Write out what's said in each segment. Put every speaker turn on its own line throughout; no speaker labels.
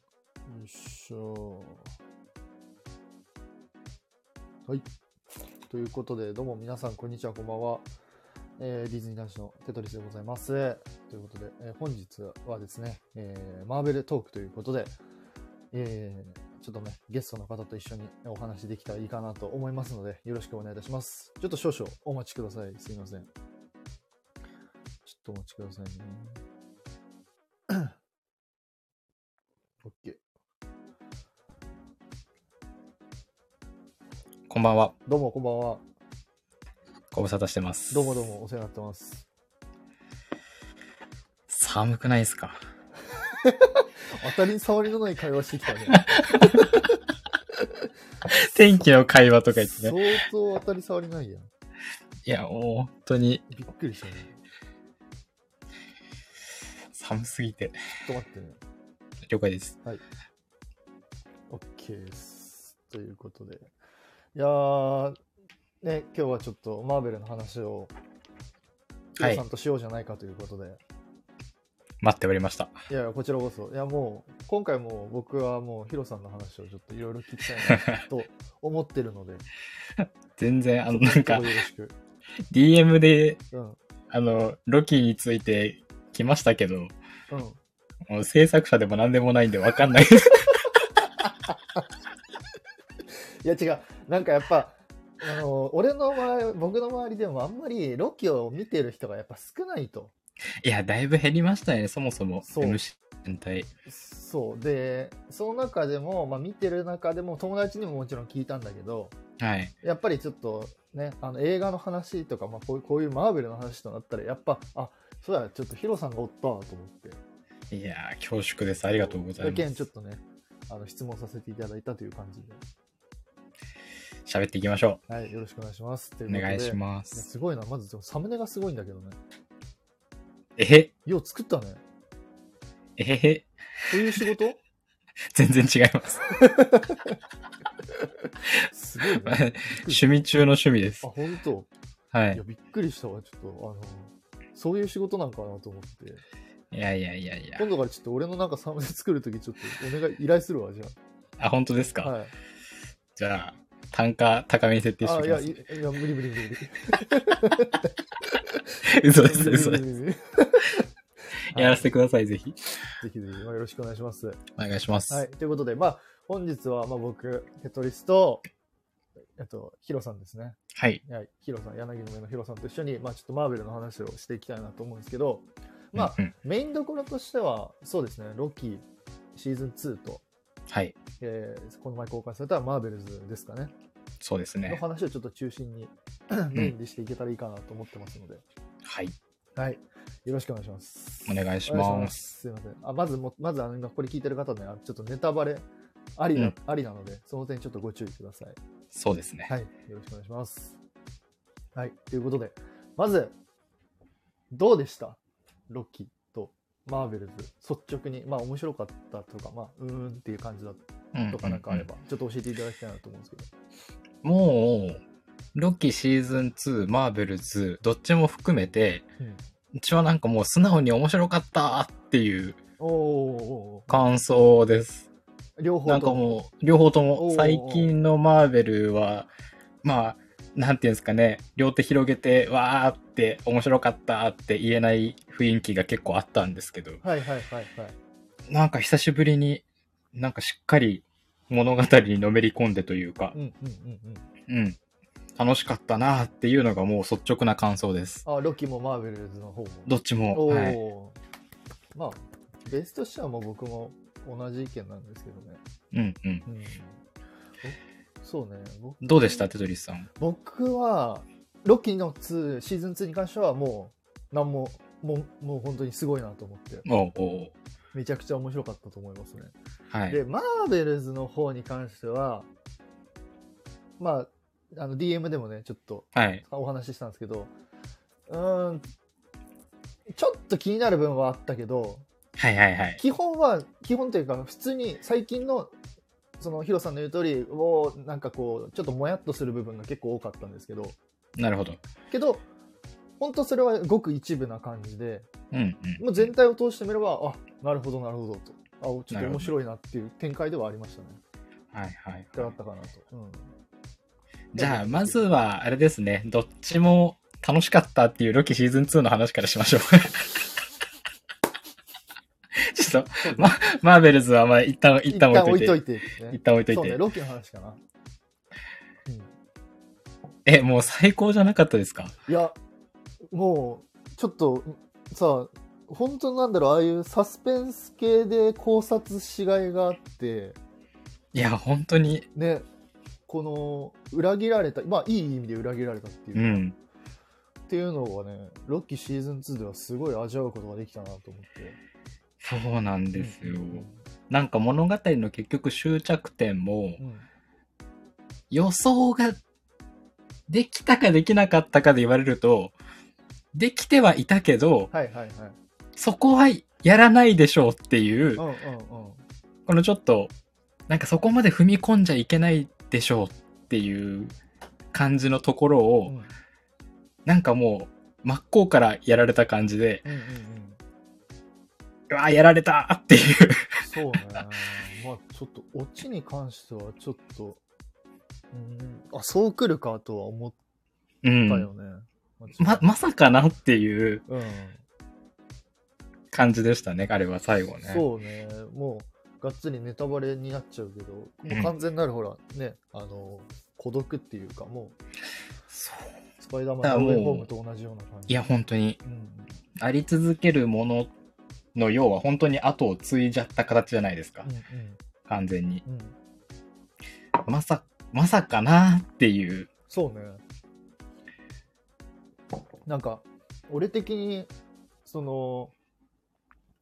っしょ。はい。ということで、どうも皆さん、こんにちは、こんばんは。えーディズニー男子のテトリスでございます。ということで、えー本日はですね、えーマーベルトークということで、えーちょっとね、ゲストの方と一緒にお話できたらいいかなと思いますので、よろしくお願いいたします。ちょっと少々お待ちください。すいません。ちょっとお待ちくださいね。OK。
こんばんは。
どうもこんばんは。
ご無沙汰してます。
どうもどうもお世話になってます。
寒くないですか
当たり障りのない会話してきたね。
天気の会 話とか言って
相
ね。
当当たり障りないやん。
いや、もう本当に
びっくりしたね。
寒すぎて。
ちょっと待ってね。
了解です。
OK です。ということで。いやー、ね、今日はちょっとマーベルの話を、
はい
ヒロさんとしようじゃないかということで。い、
待っておりました。
やいや、こちらこそ。いや、もう、今回も僕はもうヒロさんの話をちょっといろいろ聞きたいなと思ってるので、
全 然、あの、なん
そ
か
こ、よろしく。
DM で、
うん。
あの、ロキについて来ましたけど、
うん。
もう制作者でも何でもないんでわか んない。
いや違うなんかやっぱあの俺の周り僕の周りでもあんまりロキを見てる人がやっぱ少ないと
いや、だいぶ減りましたね、そもそも。
そう
MC 全体。
そうでその中でも、まあ、見てる中でも友達にももちろん聞いたんだけど
はい。
やっぱりちょっとねあの映画の話とか、まあ、こういうこういうマーベルの話となったらやっぱあそうやちょっとヒロさんがおったわと思って
いやー、恐縮です。あ
あ
りがとうございま
件ちょ
す
っ。とねあの質問させていただいたという感じで、
喋っていきましょ。
はい、よろしくお願いしますといううことで
お願いし
ね
ますす。
ごいなまずでもサムネがすごいんだけどね
えへ、
よう作ったね
えへへ、
そういう仕事
全然違い ます。
すごいね。びっくりし
趣味中の趣味です
たあ、。本当。
はいい
や、。びっくりしたわ、ちょっと、あの、そういう仕事なんかなと思って。
いやいやいやいや。
今度からちょっと俺のなんかサムネ作るとき、ちょっとお願い、依頼するわ、じゃ
あ、本当ですか、
あ。はい。
じゃあ、単価高めに設定してお
あ、い
き
や、
ま
い
す。
いや、無理無理無理無理。無理無理無
嘘です、嘘です。
理無理はい
やらせてください、ぜひ。
ぜひぜひ、まあよろしくお願いします。
お願いします。
はい。ということで、まあ、本日は、まあ僕、テトリスと、えっと、ヒロさんですね。
はい。
はい、ヒロさん、柳の目のヒロさんと一緒に、まあちょっとマーベルの話をしていきたいなと思うんですけど、まあ、
うんうん
メインどころとしては、そうですね、ロッキーシーズン2と、
はい。
えーこの前公開されたマーベルズですかね、
そうです
の
ね。
話をちょっと中心 にメインでしていけたらいいかなと思ってますので、
はい。
はい、よろしくお願いします。
お願いし
お願い
ま
し
す。
す。すいません。あまずも、まずあの、今これ聞いてる方ね、あちょっとネタバレありな、
うん
ありなので、その点ちょっとご注意ください。
そうですね。
はい、よろしくお願いします。はい、ということで、まず、どうでしたロッキーとマーベルズ、率直に、まあ面白かったとか、まあ、うーんっていう感じだ
うん
とかなんかあれ
うん
ば、ちょっと教えていただきたいなと思うんですけど。
うんもう、ロッキーシーズン2、マーベルズ、どっちも含めて、
うん
うちはなんかもう素直に面白かったっていう
おーおーおー
感想です。
両方
なんかもう、両方と
おうおうお
も、
う
最近のマーベルは、まあ、なんていうんですかね、両手広げて、わーって、面白かったって言えない雰囲気が結構あったんですけど、
はいはいはいはい。
なんか久しぶりに、なんかしっかり物語にのめり込んでというか
うん、うんうんうん。
うん、楽しかったなーっていうのがもう率直な感想です。
あ、ロッキーもマーベルズの方も。
どっちも、
お
は
ー
い。
まあ、ベースとしてはもう僕も同じ意見なんですけどね。
うんうん。
うん。おそうね。僕
どうでしたテトリスさん。
僕はロッキーの2シーズン2に関してはもう何ももうもう本当にすごいなと思って
おうおう
めちゃくちゃ面白かったと思いますね、
はい。
でマーベルズの方に関してはまああの DM でもねちょっと
はい。
お話ししたんですけどうーんちょっと気になる部分はあったけど
はいはいはい。
基本は基本というか普通に最近のそのヒロさんの言う通りをなんかこうちょっともやっとする部分が結構多かったんですけど
なるほど。
けど本当それはごく一部な感じで
うんうん。
もう全体を通してみればあなるほどなるほどとあおちょっと面白いなっていう展開ではありましたね。
はいはい
ってあったかなと。うん、
じゃあ、まずは、あれですね、どっちも楽しかったっていうロキシーズン2の話からしましょう。 ちょっと、ま、マーベルズはまあ一旦、一旦置いといて。
て。
一旦置いとい
そう
て。
ね、ロキの話かな。うん
え、もう最高じゃなかったですか
いや、もう、ちょっと、さ、本当なんだろう、ああいうサスペンス系で考察しがいがあって、
いや、本当に、
ね、この、裏切られた、まあ、いい意味で裏切られたっていう
う
か、
ん。
っていうのがね、ロッキーシーズン2ではすごい味わうことができたなと思って。
そうなんですよ
う。ん
なんか物語の結局終着点も
う、ん
予想ができたかできなかったかで言われると、できてはいたけど、
はいはいはい。
そこはやらないでしょうっていう
んう
う、
んうん。
このちょっと、なんかそこまで踏み込んじゃいけないでしょうっていう感じのところ
うん
を、なんかもう真っ向からやられた感じで、
うんうんうん。
うわーやられたっていう。
そうね。まあちょっと、オチに関してはちょっと、うん、あ、そう来るかとは思っ
うん。
たよね。
ま、まさかなっていう
うん、
感じでしたね、あれは最後ね。
そうね。もう、がっつりネタバレになっちゃうけど、もう完全なるほら、ね、あの、孤独っていうか、もう、
そう
スパイダーマンのウェイホームと同じような感じ。
いや、本当に、
うん、
あり続けるものの要は本当に後を継いじゃった形じゃないですか
う、ん、
完全に。
うん、うん。
まさ、まさかなっていう。
そうね。なんか、俺的に、その、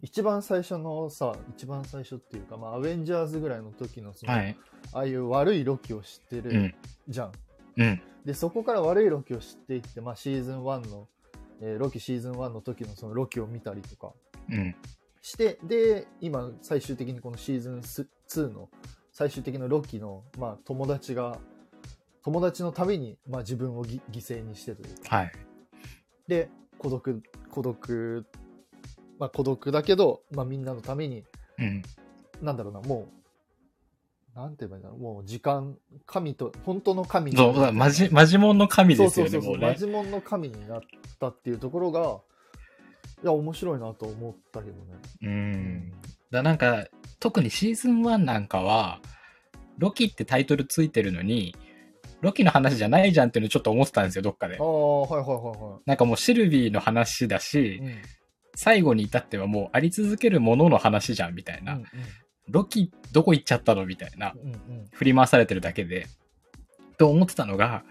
一番最初のさ、一番最初っていうか、まあ、アベンジャーズぐらいの時のその、
はい。
ああいう悪いロキを知って
う
る
ん。
じゃん。
うん。
で、そこから悪いロキを知っていって、まあ、シーズン1の、えーロキシーズン1の時のそのロキを見たりとか
うん。
して、で、今、最終的にこのシーズンス2の、最終的なロキの、まあ、友達が、友達のために、まあ、自分をぎ犠牲にしてというか
はい。
で孤独孤独まあ孤独だけど、まあ、みんなのために
うん。
なんだろうなもうなんて言えばいいんだろうもう時間神と本当の神に
そう、だからマジ、マジモンの神ですよね、
そうそうそうそう
もう
マ
ね。
ジモンの神になったっていうところがいや面白いなと思ったけどね
うん。だからなんか、特にシーズン1なんかは、ロキってタイトルついてるのに、ロキの話じゃないじゃんっていうのちょっと思ってたんですよ、どっかで
あ。あはいはいは
なんかもうシルビーの話だし
いはい、うん
最後に至ってはもうあり続けるものの話じゃんみたいな。ロキどこ行っちゃったのみたいな。
うんうんうんうん
振り回されてるだけで。と思ってたのが、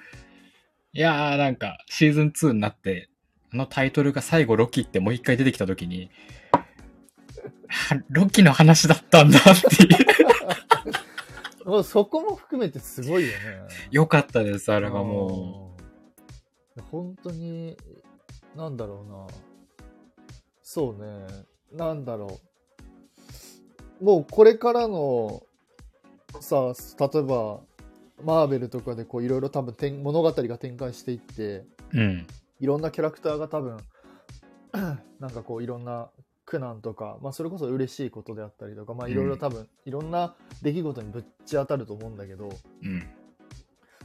いやーなんかシーズン2になって、あのタイトルが最後ロキってもう一回出てきた時に、 はロキの話だったん だっていう。
もうそこも含めてすごいよね
よかったです、あれがも
うん本当になんだろうなそうねなんだろうもうこれからのさ例えばマーベルとかでこういろいろ多分展物語が展開していって
う。うん。
いろんなキャラクターが多分 なんかこういろんな苦難とか、まあ、それこそ嬉しいことであったりとか、まあ、いろいろ多分いろんな出来事にぶっち当たると思うんだけど、
うん。いや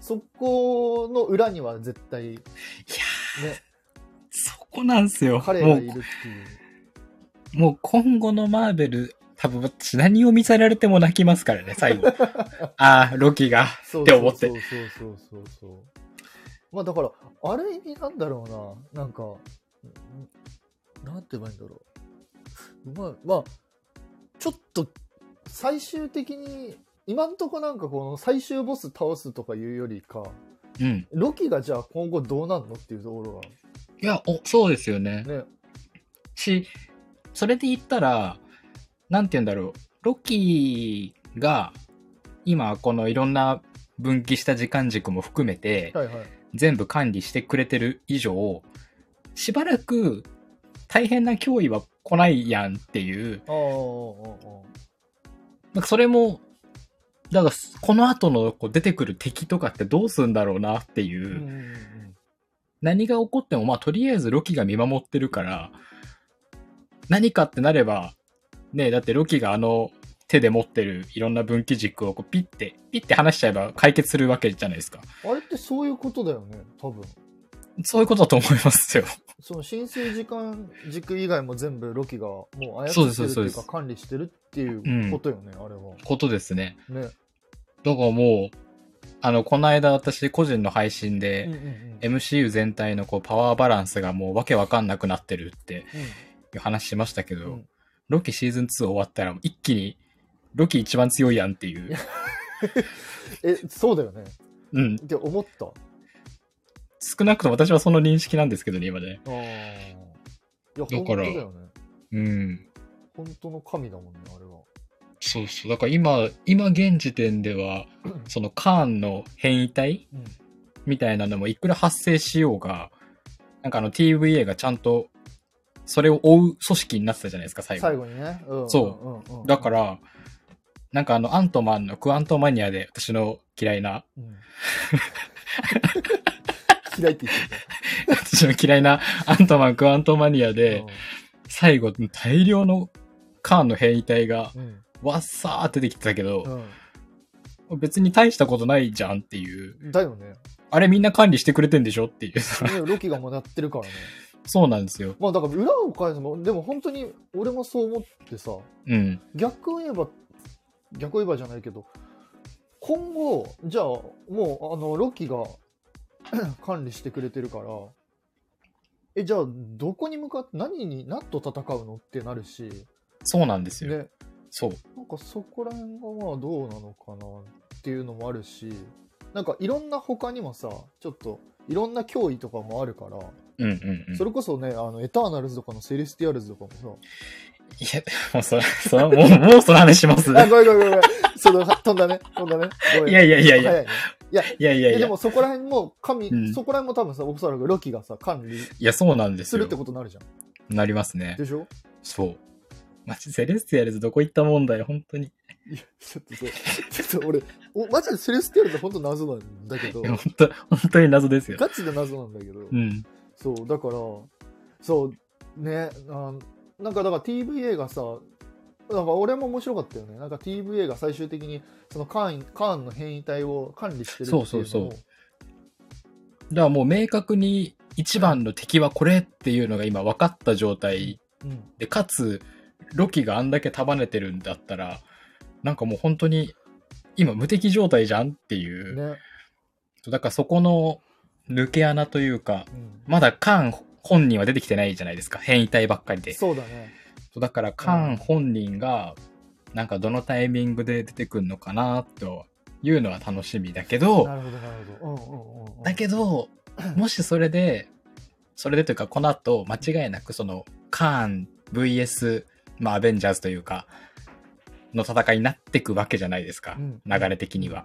そこの裏には絶対、ね、
ーそこなんすよ。
彼
も
がいうるっていう。
もう今後のマーベル、多分私何を見せられても泣きますからね、最後。ああ、ロキが。
そう
って思って
そうそうそうそうそう。まあだから、ある意味なんだろうな。なんか、んなんて言えばいいんだろう。まあ、まあ、ちょっと、最終的に、今んとこなんかこの最終ボス倒すとかいうよりか、
うん。
ロキがじゃあ今後どうなんのっていうところ
いや、お、そうですよね。
が、ね。
し、それで言ったら、なんて言うんだろう。ロキが、今、このいろんな分岐した時間軸も含めて、
はいはい。
全部管理してくれてる以上、しばらく大変な脅威は来ないやんっていう、
ああ、ああ、ああ。
なんかそれも、だから、この後のこう出てくる敵とかってどうすんだろうなっていうう、
んうんうん
何が起こっても、まあ、とりあえずロキが見守ってるから、何かってなれば、ねえ、だってロキがあの手で持ってるいろんな分岐軸をこうピッて、ピッて離しちゃえば解決するわけじゃないですか。
あれってそういうことだよね、多分。
そういうことだと思いますよ。
その浸水時間軸以外も全部ロキがもう操
そうで
っ
す
て
そ
るって
うですそう
い
で
う
す
か管理してるっていうことよね、あれは。
ことですね。
ね。
だからもう、あの、この間私個人の配信で、
うんうんうん。
MCU 全体のこうパワーバランスがもうわけわかんなくなってるって
う
いう話しましたけど、
うん
ロキシーズン2終わったら一気にロキ一番強いやんってい
いう や、んえ、そうだよね。
うん、
って思った。あ
少なくとも私はその認識なんですけどね、今ね。
あ。いや、
か
本
ら
当だよね。
うん。
本当の神だもんね、あれは。
そうそう。だから今、今現時点では、そのカーンの変異体
うん。
みたいなのもいくら発生しようが、なんかあの TVA がちゃんとそれを追う組織になってたじゃないですか、最後。
最後にね。うん、
そ
うん。うん
だか、ら、なんかあのアントマンのクアントマニアで私の嫌いな
うん嫌いって言って
私の嫌いなアントマン、クアントマニア
た
で、最後、大量のカーンの変異体が、
うん。
わっさーって出てきてたけ
う
ど、
ん。
別に大したことないじゃんっていう、
うん。だよね。
あれみんな管理してくれてんでしょっていう。
ねロキがもうやってるからね。
そうなんですよ。
まあだから裏を返せば、でも本当に俺もそう思ってさ、
うん。
逆を言えば、逆を言えばじゃないけど、今後、じゃあもうあのロキが 管理してくれてるから、え、じゃあどこに向かって何に、何と戦うのってなるし、
そうなんですよ。
ね、
そう。
なんかそこら辺がまあどうなのかなっていうのもあるし、なんかいろんな他にもさ、ちょっといろんな脅威とかもあるから、
うんうんうん。
それこそね、あの、エターナルズとかのセレスティアルズとかもさ、
いや、もうそ、 そ、もう、もうその話 します。い
あ、ごめんごめんごめん。その、飛んだね。飛んだね。ごめん。
やいやいやいや。
早いね。いや、い
いやいや
や
い
で
や。
もそこら辺も、神、
うん
そこら辺も多分さ、おそらくロキがさ、管理
いや、そうなんです
する
よ
って。ことになるじゃん。
なりますね。
でしょ
そう。マジ、セレスティアルズどこ行った問題、本当に。
いや、ちょっとそう ちょっと俺、おマジでセレスティアルズ本当謎なんだけど
い、や本当、本当に謎ですよ。
ガチで謎なんだけど、
うん。
そう、だから、そう、ね、あなんかだから TVA がさ、なんか俺も面白かったよね。なんか TVA が最終的に、そのカーン、カーンの変異体を管理してるっていうのを
そうそうそうだからもう明確に一番の敵はこれっていうのが今分かった状態
うん
で、かつ、ロキがあんだけ束ねてるんだったら、なんかもう本当に今無敵状態じゃんっていう。
ね、
だからそこの抜け穴というか、
うん
まだカーン本人は出てきてないじゃないですか。変異体ばっかりで。
そうだね。
そうだからカーン本人が、なんかどのタイミングで出てくるのかなというのは楽しみだけど、
なるほど、なるほど。うんうんうんうん。
だけど、もしそれで、それでというか、この後、間違いなく、その、カーン VS、まあ、アベンジャーズというか、の戦いになってくわけじゃないですか
う。ん
流れ的には。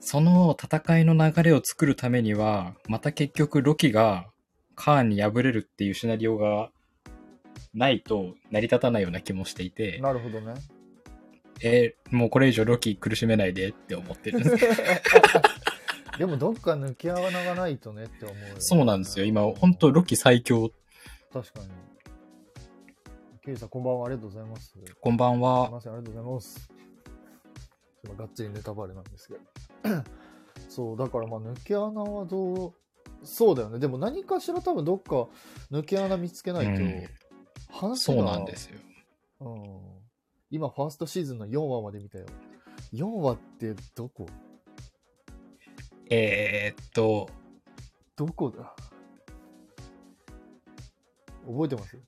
その戦いの流れを作るためには、また結局、ロキが、カーンに敗れるっていうシナリオが、ないと成り立たないような気もしていて、
なるほどね。
えーもうこれ以上ロキ苦しめないでって思っ てるんです
でもどっか抜け穴がないとねって思う、
そうなんですよ。今、本当ロキ最強。
確かに。ケイさん、こんばんは。ありがとうございます。すい
こんばんは。
ません、ありがとうございます。今がっつりネタバレなんですけど。 そう、だからまあ、抜け穴はどう、そうだよね。でも何かしら多分どっか抜け穴見つけないと、
うん
話が
そうなんですよ。
うん今、ファーストシーズンの4話まで見たよ。4話ってどこ
えー、っと、
どこだ覚えてます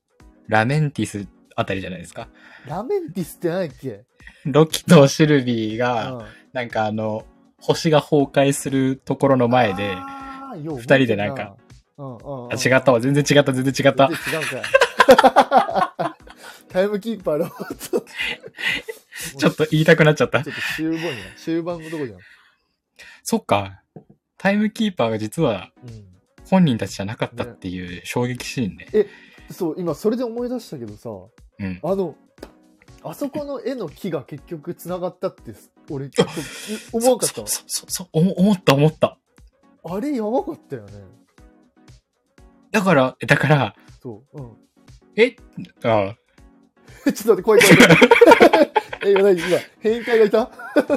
ラメンティスあたりじゃないですか。
ラメンティスって何やっけ
ロキとシルビーが、
うん
なんかあの、星が崩壊するところの前で、あ、
あーよう
二人でなん
覚
か
えてるな、うんうんうん、
違ったわ、全然違った、全然違 った
全。然違うかい タイムキーパーの音。
ちょっと言いたくなっちゃった
ちょ。っと終盤や。終盤のとこじゃん。
そっか。タイムキーパーが実は
うん。
本人たちじゃなかったっていう衝撃シーンね。
そう、今それで思い出したけどさ、
うん。
あの、あそこの絵の木が結局繋がったって、俺、ちょっと思わんかった
そ。そそそおも思った、思った。
あれやばかったよね。
だから、だから、
そう。うん。
えあ
え ちょっと待って、怖い怖い怖い。 え、今何今、変態がいた 怖い怖い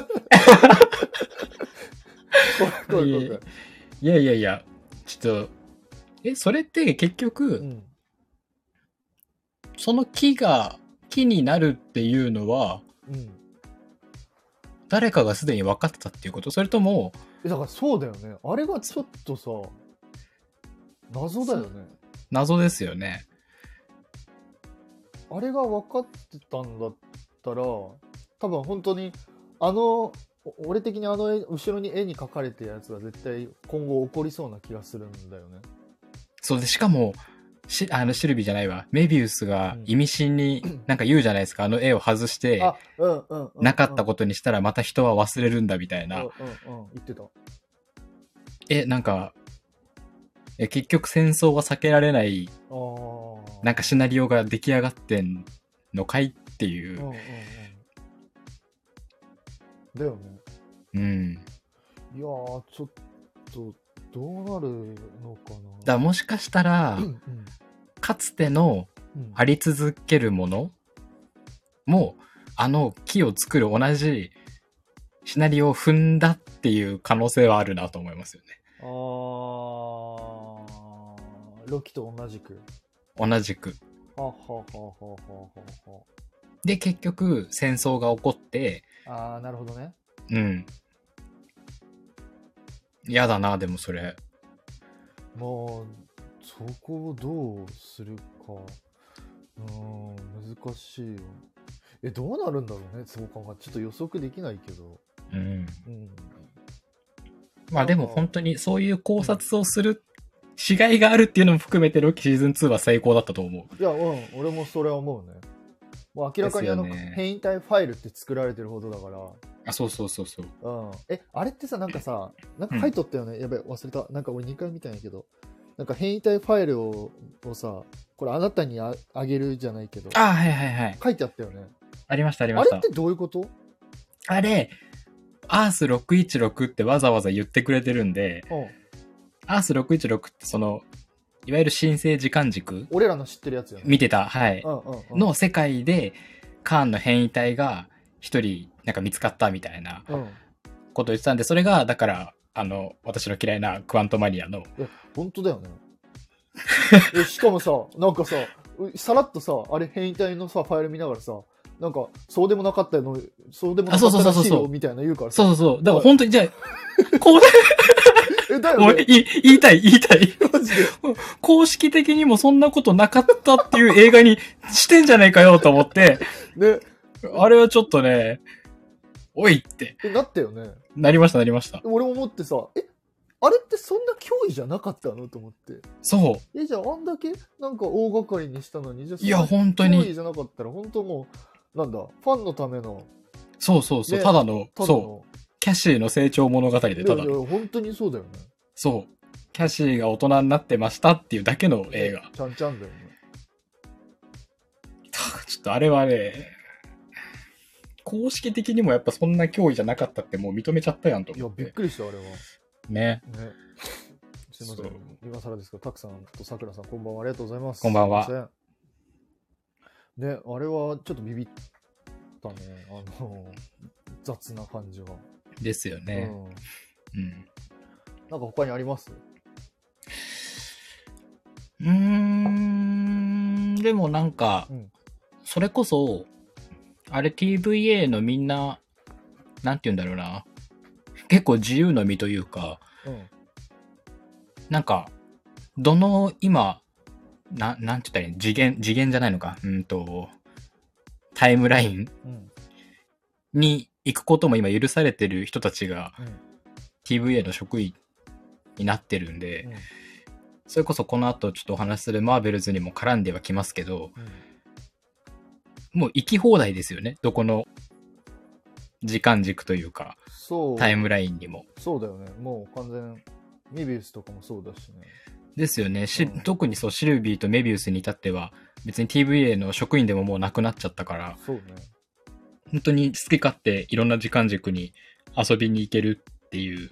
怖い怖い。
いやいやいや、ちょっと、え、それって結局、
うん。
その木が木になるっていうのは、
うん。
誰かがすでに分かってたっていうことそれとも、
え、だからそうだよね。あれがちょっとさ、謎だよね。
謎ですよね。
あれが分かってたんだったら、多分本当に、あの、お俺的にあの絵後ろに絵に描かれてるやつは絶対今後起こりそうな気がするんだよね。
そうで、しかも、し、あの、シルビーじゃないわ。メビウスが
うん
意味 深になんか言うじゃないですか。あの絵を外して、
あ、うんうんうん、
なかった
こ
ことにしたらまた人は忘れるんだみたいな。
うんうんうん、言ってた。
え、なんか、え、結局戦争は避けられない、
あー
なんかシナリオが出来上がってんのかいって
う
い
んう
う。
んうん。だよね。
うん。
いやー、ちょっと、どうなるのかな。
だからもしかしたら
う、んうん
かつての
うん
あり続けるものも、あの木を作る同じシナリオを踏んだっていう可能性はあるなと思いますよね。
あーロキと同じく。
同じく。
はあはあはあはあはあは
で、結局戦争が起こって、
あ。あー、なるほどね。
うん。嫌だな、でもそ
ま
れ。
あ、そこをどうするか。うーん、難しいよ。え、どうなるんだろうね、そう考えちょっと予測できないけど。
うん。
うん。
まあでも本当にそういう考察をする、しがいがあるっていうのも含めてロキシーズン2は成功だったと思
い
う。
や、うん、俺もそれは思うね。もう明らかにあの、
ですよね
変異体ファイルって作られてるほどだから。
あ、そうそうそうそう。
うん。え、あれってさ、なんかさ、なんか書いとったよね。やべ、忘れた。なんか俺2回見たんやけど。なんか変異体ファイルををさ、これあなたにああげるじゃないけど、
ああ、はいはいはい。
書いてあったよね。
ありましたあり
あ
まし
れ
た。
ってどういうこと
あれ、アース616ってわざわざ言ってくれてるんで、
うん。
アース616ってその、いわゆる新生時間軸
俺らの知ってるやつよね。
見てた、はい。
うんうんうん、
の世界で、カーンの変異体が一人、なんか見つかったみたいな
うん、
ことを言ってたんで、それが、だから、あの、私の嫌いなクワントマニアの、
本当だ よねえしかもさなんかさうさらっとさあれ変異体のさファイル見ながらさなんかそうでもなかったのそうでもなか
あ
っ
そ
た
うそ
ら
うそう
しい
そう
よみたいな言うからさ
そうそうそう、だから本当に、じゃあ、こう、
えだよ
俺、
ね
言い言いたい、言いたい。
マジで
公式的にもそんなことなかったっていう映画にしてんじゃないかよと思って、
ね
あれはちょっとね、おいって、
えなったよね
なりました、なりました。
俺も思ってさえあれってそんな脅威じゃなかったのと思って
そ
えじゃああんだけなんか大掛かりにしたのにじゃあ
う。いや、
そんな
本当
脅威
に。
じゃなかったら本当もうなんだファンのための
そうそうそう。
ね
ただの、
ただ
そう。
の
キャシーの成長物語で、
いや
た
い
だ
や
の。
本当にそうだよね
そう。キャシーが大人になってましたっていうだけの映画。
ちゃんちゃんだよね
ちょっとあれはね、公式的にもやっぱそんな脅威じゃなかったってもう認めちゃったやんと
いや
思っ。
びってくりしたあれは
ね。
ね。すいませ。
そうん
今更ですけど、たくさんとさくらさん、こんばんは。ありがとうございます。
こんばんは
すいません。ね、あれはちょっとビビったね。あの、雑な感じは。
ですよ
うん。
ね。うん。
なんか他にあります
うーん、でもなんか、
うん
それこそ、あれ TVA のみんな、なんて言うんだろうな。結構自由の身というか、
うん。
なんか、どの今、な、なんて言ったらいいの次元、次元じゃないのか。うんと、タイムライン
うん。
に行くことも今許されてる人たちが
うん。
TVA の職員になってるんで、
うん
それこそこの後ちょっとお話しするマーベルズにも絡んではきますけど、
うん
もう行き放題ですよね。どこの時間軸というか、
そう。
タイムラインにも。
そうだよね。もう完全、メビウスとかもそうだしね。
ですよね。し
うん
特にそう、シルビーとメビウスに至っては、別に TVA の職員でももうなくなっちゃったから、
そうね。
本当に好き勝手いろんな時間軸に遊びに行けるっていう、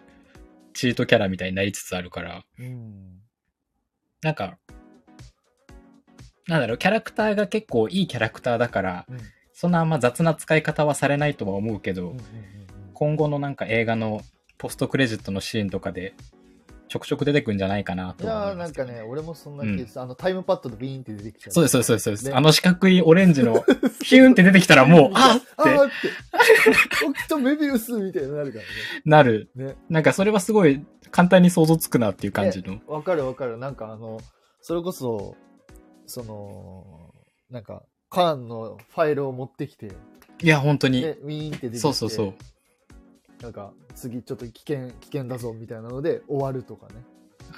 チートキャラみたいになりつつあるから、
うん。
なんか、なんだろう、キャラクターが結構いいキャラクターだから、
うん
そんなあんま雑な使い方はされないとは思うけ
う
ど、
んうんうんうん
今後のなんか映画のポストクレジットのシーンとかで、ちょくちょく出てくんじゃないかなと
いや
は思
ー
い
な
ま
ん
すけ
か
どね、
ね、俺もそんな気がする。あの、タイムパッドでビーンって出てきちゃう。
そうです、そうです、そうですそうです。
ね
あの四角いオレンジの、ヒューンって出てきたらもう、あっ
あー
て
って。僕とメビウスみたいになるから
なる。
ね。ね。
なんかそれはすごい簡単に想像つくなっていう感じの。
わかるわかる。なんかあの、それこそ、その、なんか、カーンのファイルを持ってきて、
いや、本当に。
ね、ウィーンって出てきて、
そうそうそう。
なんか、次ちょっと危険、危険だぞみたいなので終わるとかね。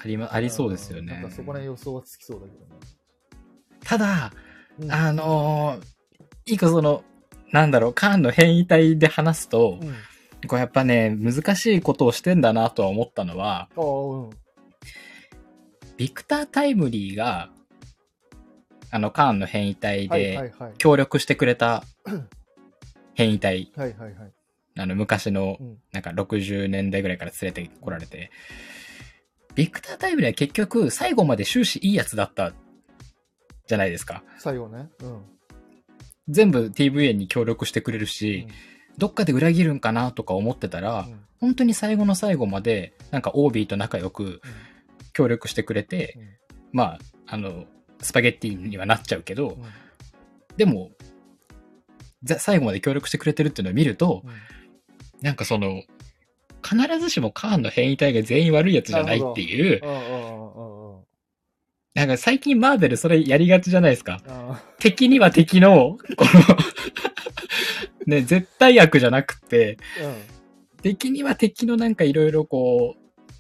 あり,、ま、ありそうですよね。
なんかそこら辺予想はつきそうだけどね。
ただ、
うん
あのー、一個その、なんだろう、カーンの変異体で話すと、
うん。あ
こうやっぱね、難しいことをしてんだなとは思ったのは、
あ、うん。
ビクター・タイムリーが、あの、カーンの変異体
はいはい
で
はい。
協力してくれた変異体、
はいはいはい。
あの、昔の
うん、
なんか60年代ぐらいから連れてこられて、ビクター・タイムリーは結局、最後まで終始いいやつだった、じゃないですか。
最後ね。うん。
全部 TVA に協力してくれるし、どっかで裏切るんかなとか思ってたら、
うん
本当に最後の最後まで、なんかオービーと仲良く協力してくれて、
うん
まあ、あの、スパゲッティにはなっちゃうけど、
うん
でも、ざ最後まで協力してくれてるっていうのを見ると、
うん
なんかその、必ずしもカーンの変異体が全員悪いやつじゃないっていう、
うんうんうんうんうん
なんか最近マーベルそれやりがちじゃないですか。
あ
敵には敵の、この、 ね、絶対悪じゃなくて、
ーうん
敵には敵のなんかいろいろこう、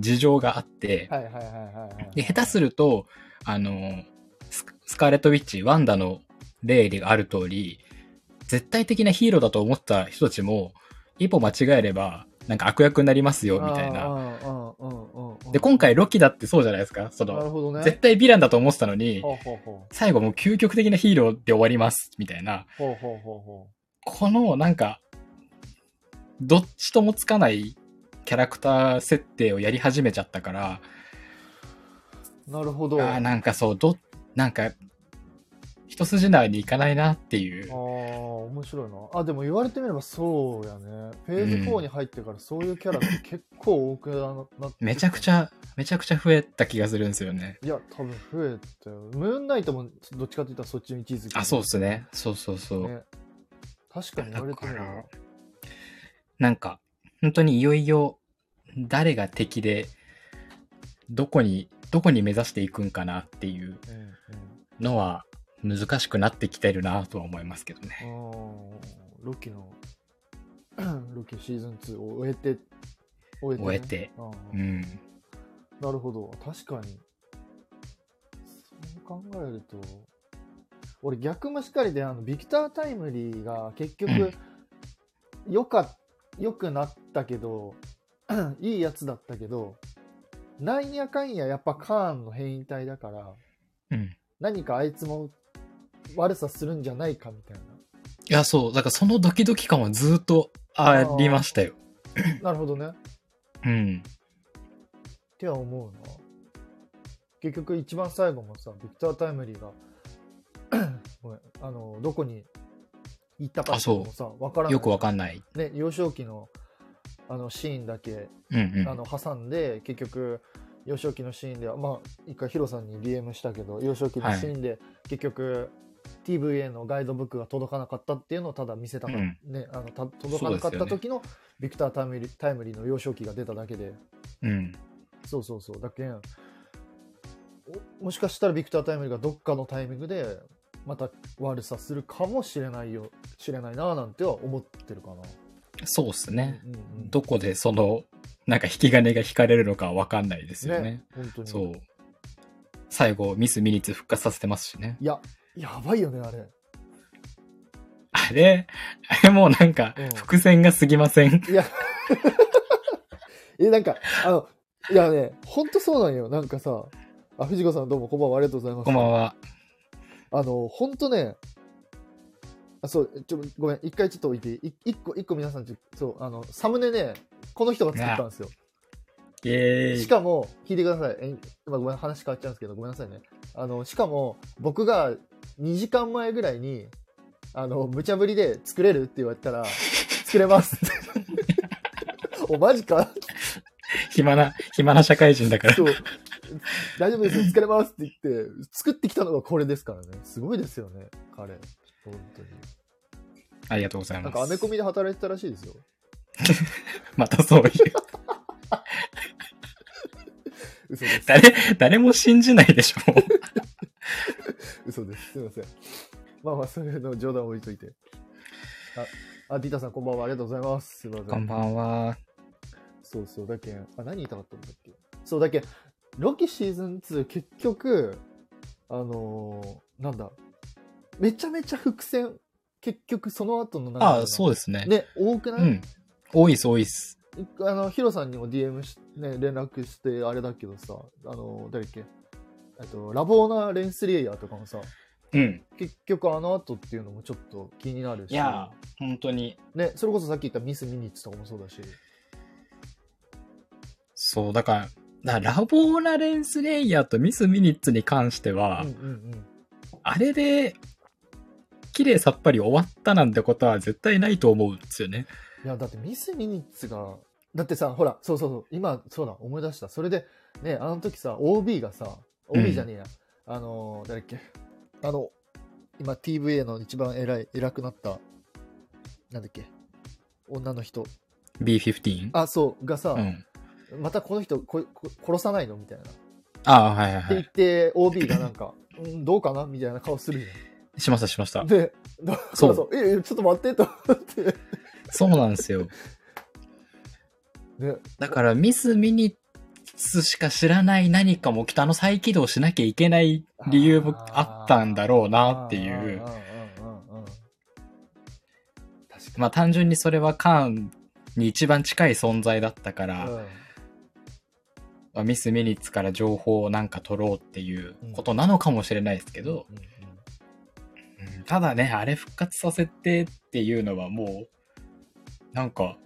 事情があって、
はいはいはいはいはい。
で、下手すると、あの、ススカーレット・ウィッチ、ワンダの例がある通り、絶対的なヒーローだと思った人たちも、一歩間違えれば、なんか悪役になりますよ、みたいな。
な
で、今回ロキだってそうじゃないですかそ
なる
の、
ほどね。
絶対ヴィランだと思ってたのに、
ほうほうほ
最後もう究極的なヒーローで終わります、みたいな。
う。ほうほうほうほ
この、なんか、どっちともつかないキャラクター設定をやり始めちゃったから、
う。なるほど。
あーなんかそう、ど、なんか、一筋縄にいかないなってい
あ
う
ー。面白いな。あ、でも言われてみればそうやね。フェーズ4に入ってからそういうキャラって結構多くなって。
めちゃくち。ゃ、めちゃくちゃ増えた気がするんですよね。
いや、多分増えたよ。ムーンナイトもどっちかって言ったらそっちに位置づけ
あ、そうですね。そうそうそう。
ね。確かに言われてみれば。
なんか、本当にいよいよ、誰が敵で、どこに、どこに目指していくんかなっていう
うんうん
のは、難しくなってきてるなとは思いますけどね。
うんロキの ロキシーズン2を終えて終
終えて。
うん
うん。
なるほど確かにそう考えると俺逆もしっかりであのビクター・タイムリーが結局よか良くなったけど いいやつだったけどなんやかんややっぱカーンの変異体だから
うん。
何かあいつも悪さするんじゃないかみたいない
や、そう。だからそのドキドキ感はずっとありましたよ。
なるほどね。っ
うん。
ては思うな。結局一番最後もさ、ビクター・タイムリーが、 ごめん、あの、どこに行ったか
あ
って
そ
い
う
うのもさ、わからない。
よくわかんない。
ね、幼少期の、あの、シーンだけ、
うんうん。
あの、挟んで、結局、幼少期のシーンでは、まあ、一回ヒロさんに DM したけど、幼少期のシーンで、結局、TVA のガイドブックが届かなかったっていうのをただ見せたかった、
うん
ね、あのた届かなかっ
そ
た
うです
時の、ビクタータイムリー・タイムリーの幼少期が出ただけで、
うん。
そうそうそう。だけん、おもしかしたらビクター・タイムリーがどっかのタイミングで、また悪さするかもしれないよ、しれないなぁなんては思ってるかな。
そうっすね。
うんうん、
どこでその、なんか引き金が引かれるのかはわかんないですよね。
本当に。
そう。最後、ミス・ミニッツ復活させてますしね。
いや、やばいよね、あれ。
あれ、あれもうなんか
うん、
伏線が過ぎません。
いや、え、なんか、あの、いやね、ほんとそうなんよ。なんかさ、あ、藤子さんどうもこんばんは、ありがとうございます。
こんばんは。
あの、ほんとね、あ、そう、ちょ、ごめん、一回ちょっと置いていい、い一個、一個皆さんちょ、そう、あの、サムネね、この人が作ったんですよ。
イエー
し
イ。
かも、聞いてください。えまあ、ごめん、話変わっちゃうんですけど、ごめんなさいね。あの、しかも、僕が2時間前ぐらいに、あの、無茶ぶりで作れるって言われたら、作れます って。お、マジか
暇な、暇な社会人だから。
そう。大丈夫ですよ、作れますって言って、作ってきたのがこれですからね。すごいですよね、彼。本当に。
ありがとうござい
な
ま
ん
す。
か、アメコミで働いてたらしいですよ。
またそういう。
嘘です。
誰、誰も信じないでしょ。もう
嘘です。すいません。まあまあ、そういうの冗談置いといて。あ、あディータさん、こんばんは。ありがとうございます。すいません。
こんばんは。
そうそう、だけん、あ、何言いたかったんだっけそう、だけん、ロキシーズン2、結局、あのーなんだ、めちゃめちゃ伏線、結局その後のなん
ああ、そう
う
ですね。
ね、多く
う
ない、
ん。多いです、多いです。
あの、ヒロさんにも DM し、ね、連絡して、あれだけどさ、あの、誰だっけえっと、ラボーナ・レンスリエイヤーとかもさ、
うん。
結局あの後っていうのもちょっと気になるし、
いやー、本当に。
ね、それこそさっき言ったミス・ミニッツとかもそうだし、
そう、だから、だからラボーナレンスレイヤーとミス・ミニッツに関しては、
うんうん
あれで、綺麗さっぱり終わったなんてことは絶対ないと思うんですよね。
いや、だってミス・ミニッツが、だってさ、ほら、そうそうそう、今、そうだ、思い出した。それで、ね、あの時さ、OB がさ、
う
OB
ん
じゃねえや、あのー、誰だっけ、あの、今、TVA の一番偉い、偉くなった、なんだっけ、女の人、
B15?
あ、そう、がさ
う、ん。
またこの人ここ殺さないのみたいな。って
ああ、はいはいは
言っ
い。
て、OB がなんか、うん、どうかなみたいな顔するじ
しました、しました
ゃん。。で、だ
そ
そううそう、え、ちょっと待って、と思って。
そうなんですよ。
ね、
だから、ミス・ミニッツしか知らない何かもきっとあの再起動しなきゃいけない理由もあったんだろうなっていう。
あー。うんうんうんうんうん確か
まあ単純にそれはカーンに一番近い存在だったから、
に。
まあミス・ミニッツから情報をなんか取ろうっていうことなのかもしれないですけど、
うんうんうん
うんただね、あれ復活させてっていうのはもう、なんか、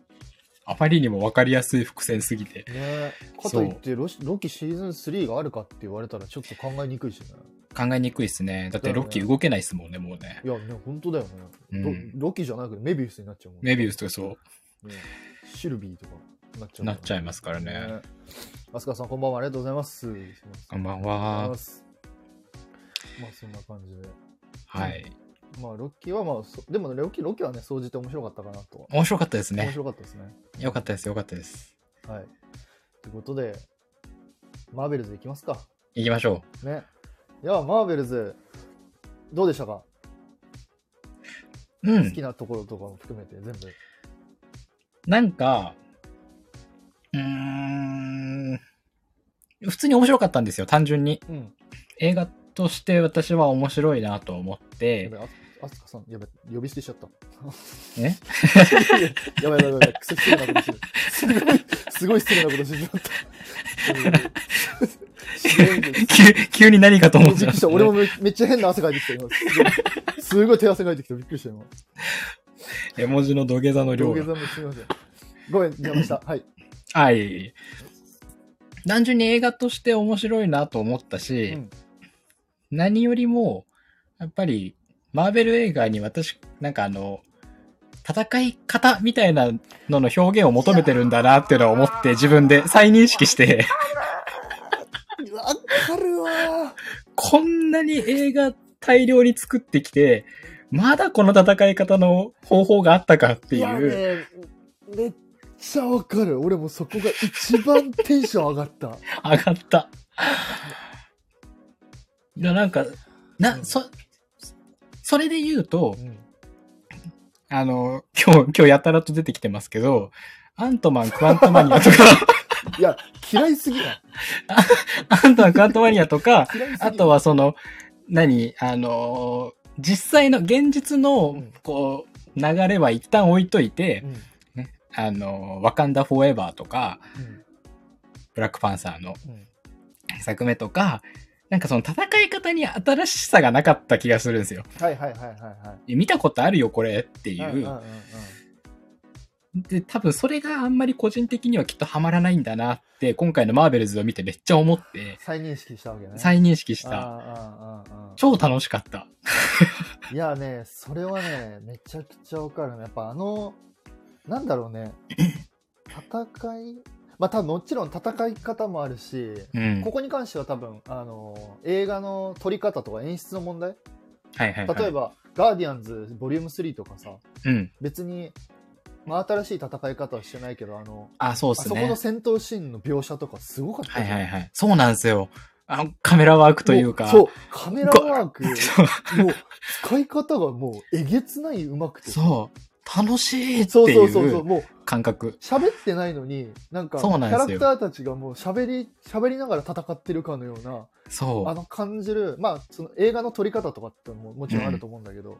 あまりにも分かりやすい伏線すぎて、
ねか
そ
と
う
いってロシロキシーズン3があるかって言われたらちょっと考えにくいしね
考えにくいですね。だってロッキ
だよ
ー
ね
動けないですもんね、もうね。
いやね本当だよね、
うん
ロロキじゃなくてメビウスになっちゃうもんね
メビウスとかそう。
ねシルビーとかなっちゃうもんね
なっちゃいますからね
飛鳥さんこんばんはありがとうございますすいませ
こんばん
ありがとうござい
は
ま。すまあそんな感じで
はい。
まあロッキーはまあそでもねロッキーロッキーはね総じて面白かったかなとは
面白かったです
面
ね。
白かったですね
よかったです、よかったです。
はいということでマーベルズいきますか
行きましょ
ね。いや、マーベルズ、どうでしたか、
う。う
好
ん
き。なところとかも含めて全部。
なんか、うーん。普通に面白かったんですよ、単純に。
うん。
映画として私は面白いなと思って
や、べ、ああつかさん、やべ、呼び捨てしちゃった。
ね。
やばいやばいやばい、くせ失礼なことしてる。すごい、すごい失礼なことしてしまった。すごいです
急急に何かと思っ
び
ち
っくり
ゃいま
し
した
た。
ね
俺もめめっちゃ変な汗かいてきた、今。すごいすごい手汗かいてきた。びっくりした、今。
絵文字の土下座の
上
量
下
が。
座もすみません。ごめん、邪魔した。はい。
あ、いえいえいえ単純に映画として面白いなと思ったし、
うん
何よりも、やっぱり、マーベル映画に私、なんかあの、戦い方みたいなのの表現を求めてるんだなっていうのを思って自分で再認 識して、
わかるわ
こんなに映画大量に作ってきて、まだこの戦い方の方法があったかっていう。
やねめっちゃわかる俺もそこが一番テンション上がった
上がった。いや、なんか、
う
な、
ん
そ、それで言うと
う、ん
あの、今日、今日やたらと出てきてますけど、アントマン、クワントマニア とか、
いや嫌いすぎない
アントマン、クワントマニアとか、
嫌いすぎない
あとはその、何、あの、実際の、現実
う
の
ん、
こう、流れは一旦置いといて
う、ん
あの、ワカンダフォーエバーとか、
うん
ブラックパンサーの
うん
作目とか、なんかその戦い方に新しさがなかった気がするんですよ。
はいはいはいはいはい
え見たことあるよ、これってい
うんうんうん
う。
うん
で、多分それがあんまり個人的にはきっとハマらないんだなって、今回のマーベルズを見てめっちゃ思って、
再認識したわけね。
再認識し
あ
た。
ああああ
超楽しかった。
あいやね、それはね、めちゃくちゃわかるね。やっぱあの、なんだろう ね、戦い、まあ多分もちろん戦い方もあるし、
うん。
ここに関しては多分、あの、映画の撮り方とか演出の問題
はいはい、はい。
例えば、ガーディアンズボリューム3とかさ、
うん。
別に、まあ新しい戦い方はしてないけど、あの、
あ、そうっ
あ
す
そ
ね。
この戦闘シーンの描写とかすごかった
はい
じゃん
はいはい。そうなんですよ。あのカメラワークというか。
もそう、カメラワーク、
そう。
もう、使い方がもう、えげつないうまくて。
そう。楽しいって
そう
い
そうそうそう、
う
もう、
感覚。
喋ってないのに、なんか、キ
そうなん
ャ
で
ラ
す
ク
よ
ターたちがもう喋り、喋りながら戦ってるかのような、
そ
あの感じる、まあ、その映画の撮り方とかってのももちろんあると思うんだけど、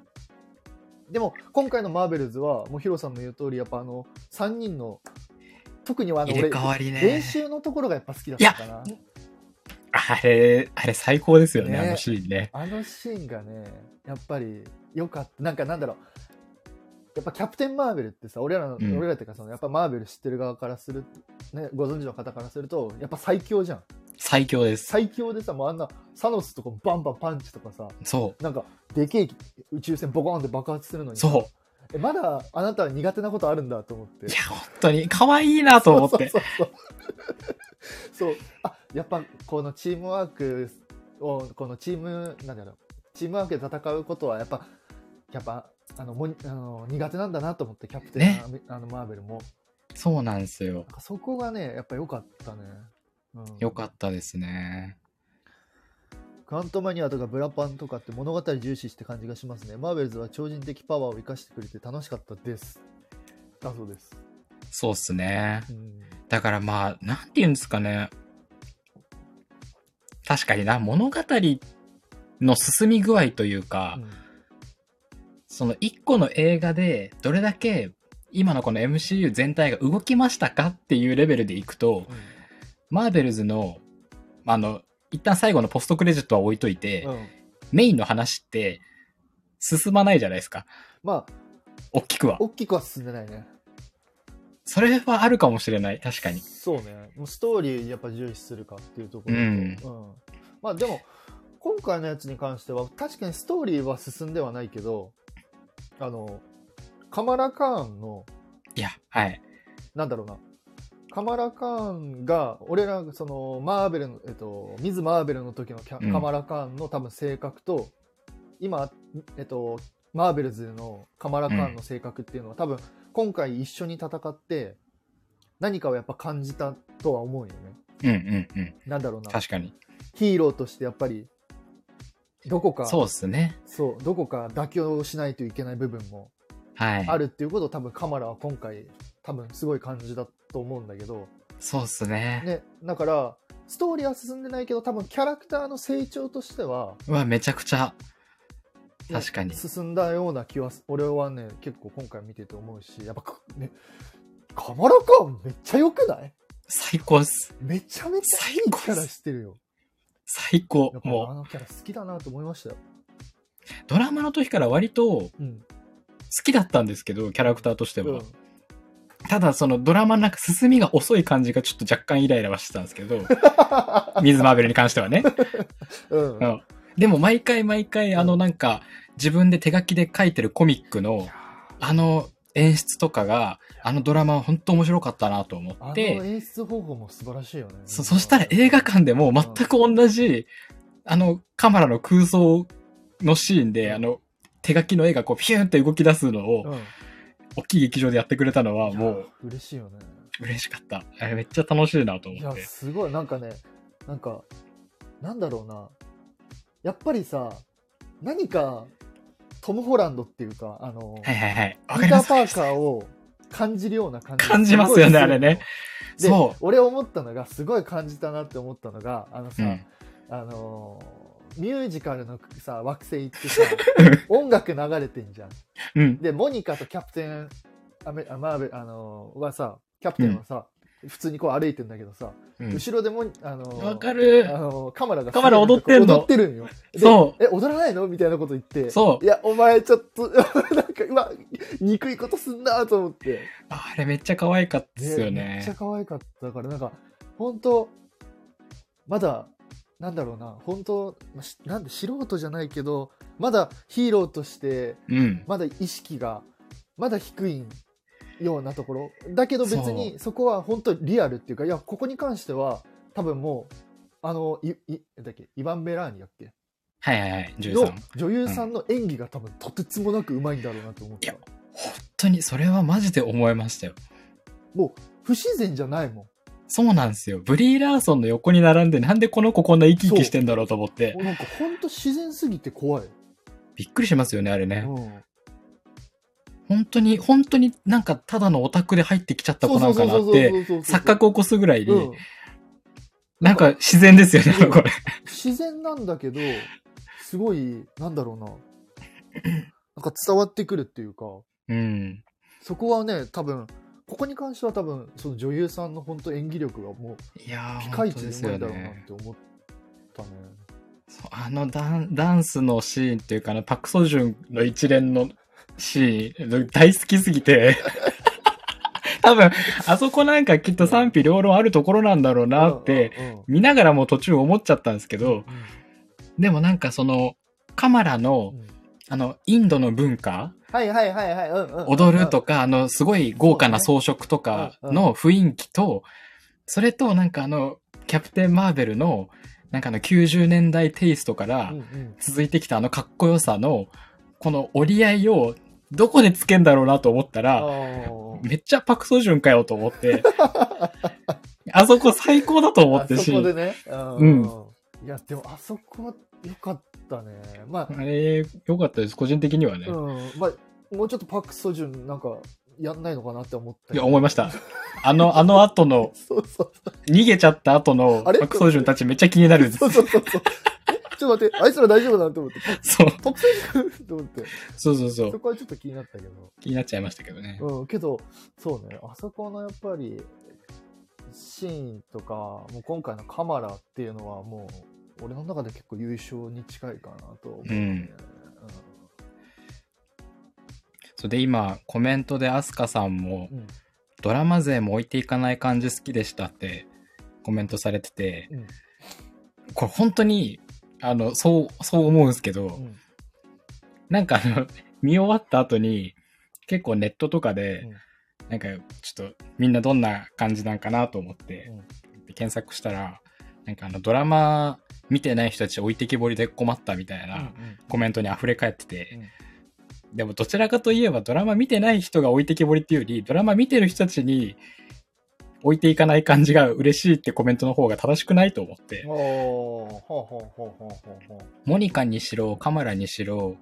でも、今回のマーベルズは、もうヒロさんの言う通り、やっぱあの、3人の、特にあの、
う。入れ
俺
替、わりね
練。習のところがやっぱ好きだったかな。
あれ、あれ最高ですよね、
ね
あのシーンね。
あのシーンがね、やっぱり良かった。なんかなんだろう。やっぱキャプテン・マーベルってさ、俺らの、
うん
俺らっていうかその、やっぱマーベル知ってる側からする、ね、ご存知の方からすると、やっぱ最強じゃん。
最強です。
最強でさ、もうあんな、サノスとかバンバンパンチとかさ、
そ
なんか、でけえ宇宙船ボコーンって爆発するの
う。
にさ
そ
え、まだあなたは苦手なことあるんだと思って。
う。いや、本当に可愛いなと思っ て。
そうそうそうそうあやっぱこのチームワークをこのチームなんだろうチームワークで戦うことはやっぱやっぱあのもにあの苦手なんだなと思ってキャプテン、
ね
あのマーベルも
そうなんですよ
なん。かそこがねやっぱ良かったね、うん、
よかったですね。
クアントマニアとかブラパンとかって物語重視して感じがしますねマーベルズは超人的パワーを生かしてくれて楽しかったですだそうです、
そうっすね。
うん、
だからまあ、なんて言うんですかね。確かにな、物語の進み具合というか、
うん
その一個の映画でどれだけ今のこの MCU 全体が動きましたかっていうレベルでいくと、マーベルズの、あの、一旦最後のポストクレジットは置いといて、
うんうん
メインの話って進まないじゃないですか。
まあ
大きくは。
大きくは進んでないね
それはあるかもしれない。確かに。
そうねもうストーリーやっぱ重視するかっていうところと、
う
うんんまあでも今回のやつに関しては確かにストーリーは進んではないけどあのカマラ・カーンの
いや、はい。
なんだろうなカマラ・カーンが俺らそのマーベルのえっとミズ・マーベルの時のキャ
うん
カマラ・カーンの多分性格と、今えっとマーベルズのカマラ・カーンの性格っていうのは、多分今回一緒に戦って何かをやっぱ感じたとは思うよね
うんうんうん。
なんだろうな、
確かに。
ヒーローとしてやっぱり、どこか、
そうっすね。
そうどこか妥協しないといけない部分も
はい。
あるっていうことを多分カマラは今回、多分すごい感じだと思うんだけど、
そうっすね。
ね、だから、ストーリーは進んでないけど、多分キャラクターの成長としては、
うわ、めちゃくちゃ。
ね
確かに。
進んだような気はす、俺はね、結構今回見てて思うし、やっぱく、ね、カマラカーンめっちゃ良くない
最高っす。
めちゃめちゃいいキャラしてるよ。
最高
やっ。ぱ
もう
あ。のキャラ好きだなと思いましたよ。
ドラマの時から割と好
うん。
きだったんですけど、キャラクターとして
う
は。
ん
ただそのドラマの中進みが遅い感じがちょっと若干イライラはしてたんです けど、水マーベルに関してはね。
うん。
うんでも毎回毎回あのなんか自分で手書きで書いてるコミック
い
の
や
あの演出とかが、あのドラマは本当面白かったなと思
あ
っ
の
て、
演出方法も素晴らしいよね。
そ、そしたら映画館でも全く同じ、あのカメラの空想のシーン
う
で、
ん
あの手書きの絵がこうピューンって動き出すのを、
うん、
大きい劇場でやってくれたのはもう、
う嬉しいよね。
嬉しかった。あれめっちゃ楽しいなと
い
思
や
って。
すごいなんかねなんかなんだろうなやっぱりさ何かトム・ホランドっていうかあの、
はいはいはい。わ
ピー
かり
タ
ま
ー・
す
パーカーを感じるような感じ
感じますよね
ごい
あれね
するの。
そ
で俺思ったのがすごい感じたなって思ったのがあの
う。
さ、
うん。
あのーミュージカルのさ惑星行 ってさ音楽流れてんじゃん。
うん。
で、モニカとキャプテン、アメあマーベル、あのーはさ、キャプテンはさ、普通にこう歩いてんだけどさ、
うん
後ろでも、あのー
わか
あ
る。
のーカマラが
カマラ踊ってんの
踊ってるんよ。で
そ
え、踊らないのみたいなこと言って。
そう
や、お前ちょっと、 なんか、うわ、憎いことすんなと思って。
あれめっちゃ可愛かったですよ
めっちゃ
ね。
可愛かっただから、なんか、本当まだ、なんだろうな、本当まあしなんで素人じゃないけど、まだヒーローとして、
うん。
まだ意識が、まだ低いようなところ。だけど別に、そこは本当リアルっていうか、いや、ここに関しては、多分もう、あの、い、い、だっけ、イヴァン・ベラーニだっけ
はいはいはい、13。
の
本
女優さんの演技が多分とてつもなくうまいんだろうなと思った、
いや当にそれはマジで思いましたよ。
もう不自然じゃないもん
そうなんですよ。ブリー・ラーソンの横に並んで、なんでこの子こんな生き生きしてんだろうと思って、
なんかほんと自然すぎて怖い、
びっくりしますよね、あれ
う
ね。
ん、
本当に、本当になんかただのオタクで入ってきちゃった
そ
子
う
な
そ
ん
うそ
か
う
な
そう
っ
そう
て、錯覚を起こすぐらいに、
うん
なんか自然ですよね、
うん
これ。
自然なんだけどすごいなんだろうななんか伝わってくるっていうか
うん。
そこはね多分ここに関しては多分その女優さんの本当演技力がも
いや
うピ
ー、
カ
本
イ
当
チ
で
ですうまい
よ
んだろうなっ
ね。
て思ったね
そうあのダンダンスのシーンっていうか、あのパクソジュンの一連のシーン、大好きすぎて、 多分、あそこなんかきっと賛否両論あるところなんだろうなって、
うんうん
見ながらも途中思っちゃったんですけど、
うん
でもなんかその、カマラの
う、ん
あの、インドの文化、
はいはいはいはい、うん うん、
踊るとか、あの、すごい豪華な装飾とかの雰囲気と、それとなんかあの、キャプテン・マーベルの、なんかあの90年代テイストから
うんうん
続いてきたあのかっこよさの、この折り合いをどこでつけんだろうなと思った
あ
ら、
ー
めっちゃパクソジュンかよと思って、あそこ最高だと思って
あそ
し
こ、でね。ういや、でも、あそこは良かったね。まあ、
あれ、良かったです、個人的にはね。
うん、まあ、もうちょっとパク・ソジュン、なんか、やんないのかなって思った
い
けど
や、思いました。あの、あの後の、
そうそう
逃げちゃった後の
あれ
パクソジュンたちめっちゃ気になるんです
そ。うそうそうそう。えちょっと待って、あいつら大丈夫なと思って、
そう。
トップ選手と思って、
そうそうそ。
そうこはちょっと気になったけど。
気になっちゃいましたけどね。
うん、けど、そうね、あそこのやっぱり、シーンとか、もう今回のカマラっていうのはもう、俺の中で結構優勝に近いかなと思う、ね。
そうで、今、コメントでアスカさんも
う、ん。うん。
ドラマ勢も置いていかない感じ好きでしたってコメントされてて、
うん
これ本当に、あの、そう、そう思うんですけど、
うん
なんかあの、 見終わった後に、結構ネットとかで、なんかちょっとみんなどんな感じなんかなと思って、で検索したら、なんかあのドラマ見てない人たち置いてきぼりで困ったみたいなコメントに溢れ返ってて、でもどちらかといえばドラマ見てない人が置いてきぼりっていうより、ドラマ見てる人たちに置いていかない感じが嬉しいってコメントの方が正しくないと思って、
おー、ほうほうほうほうほうほう。
モニカにしろ、カマラにしろ、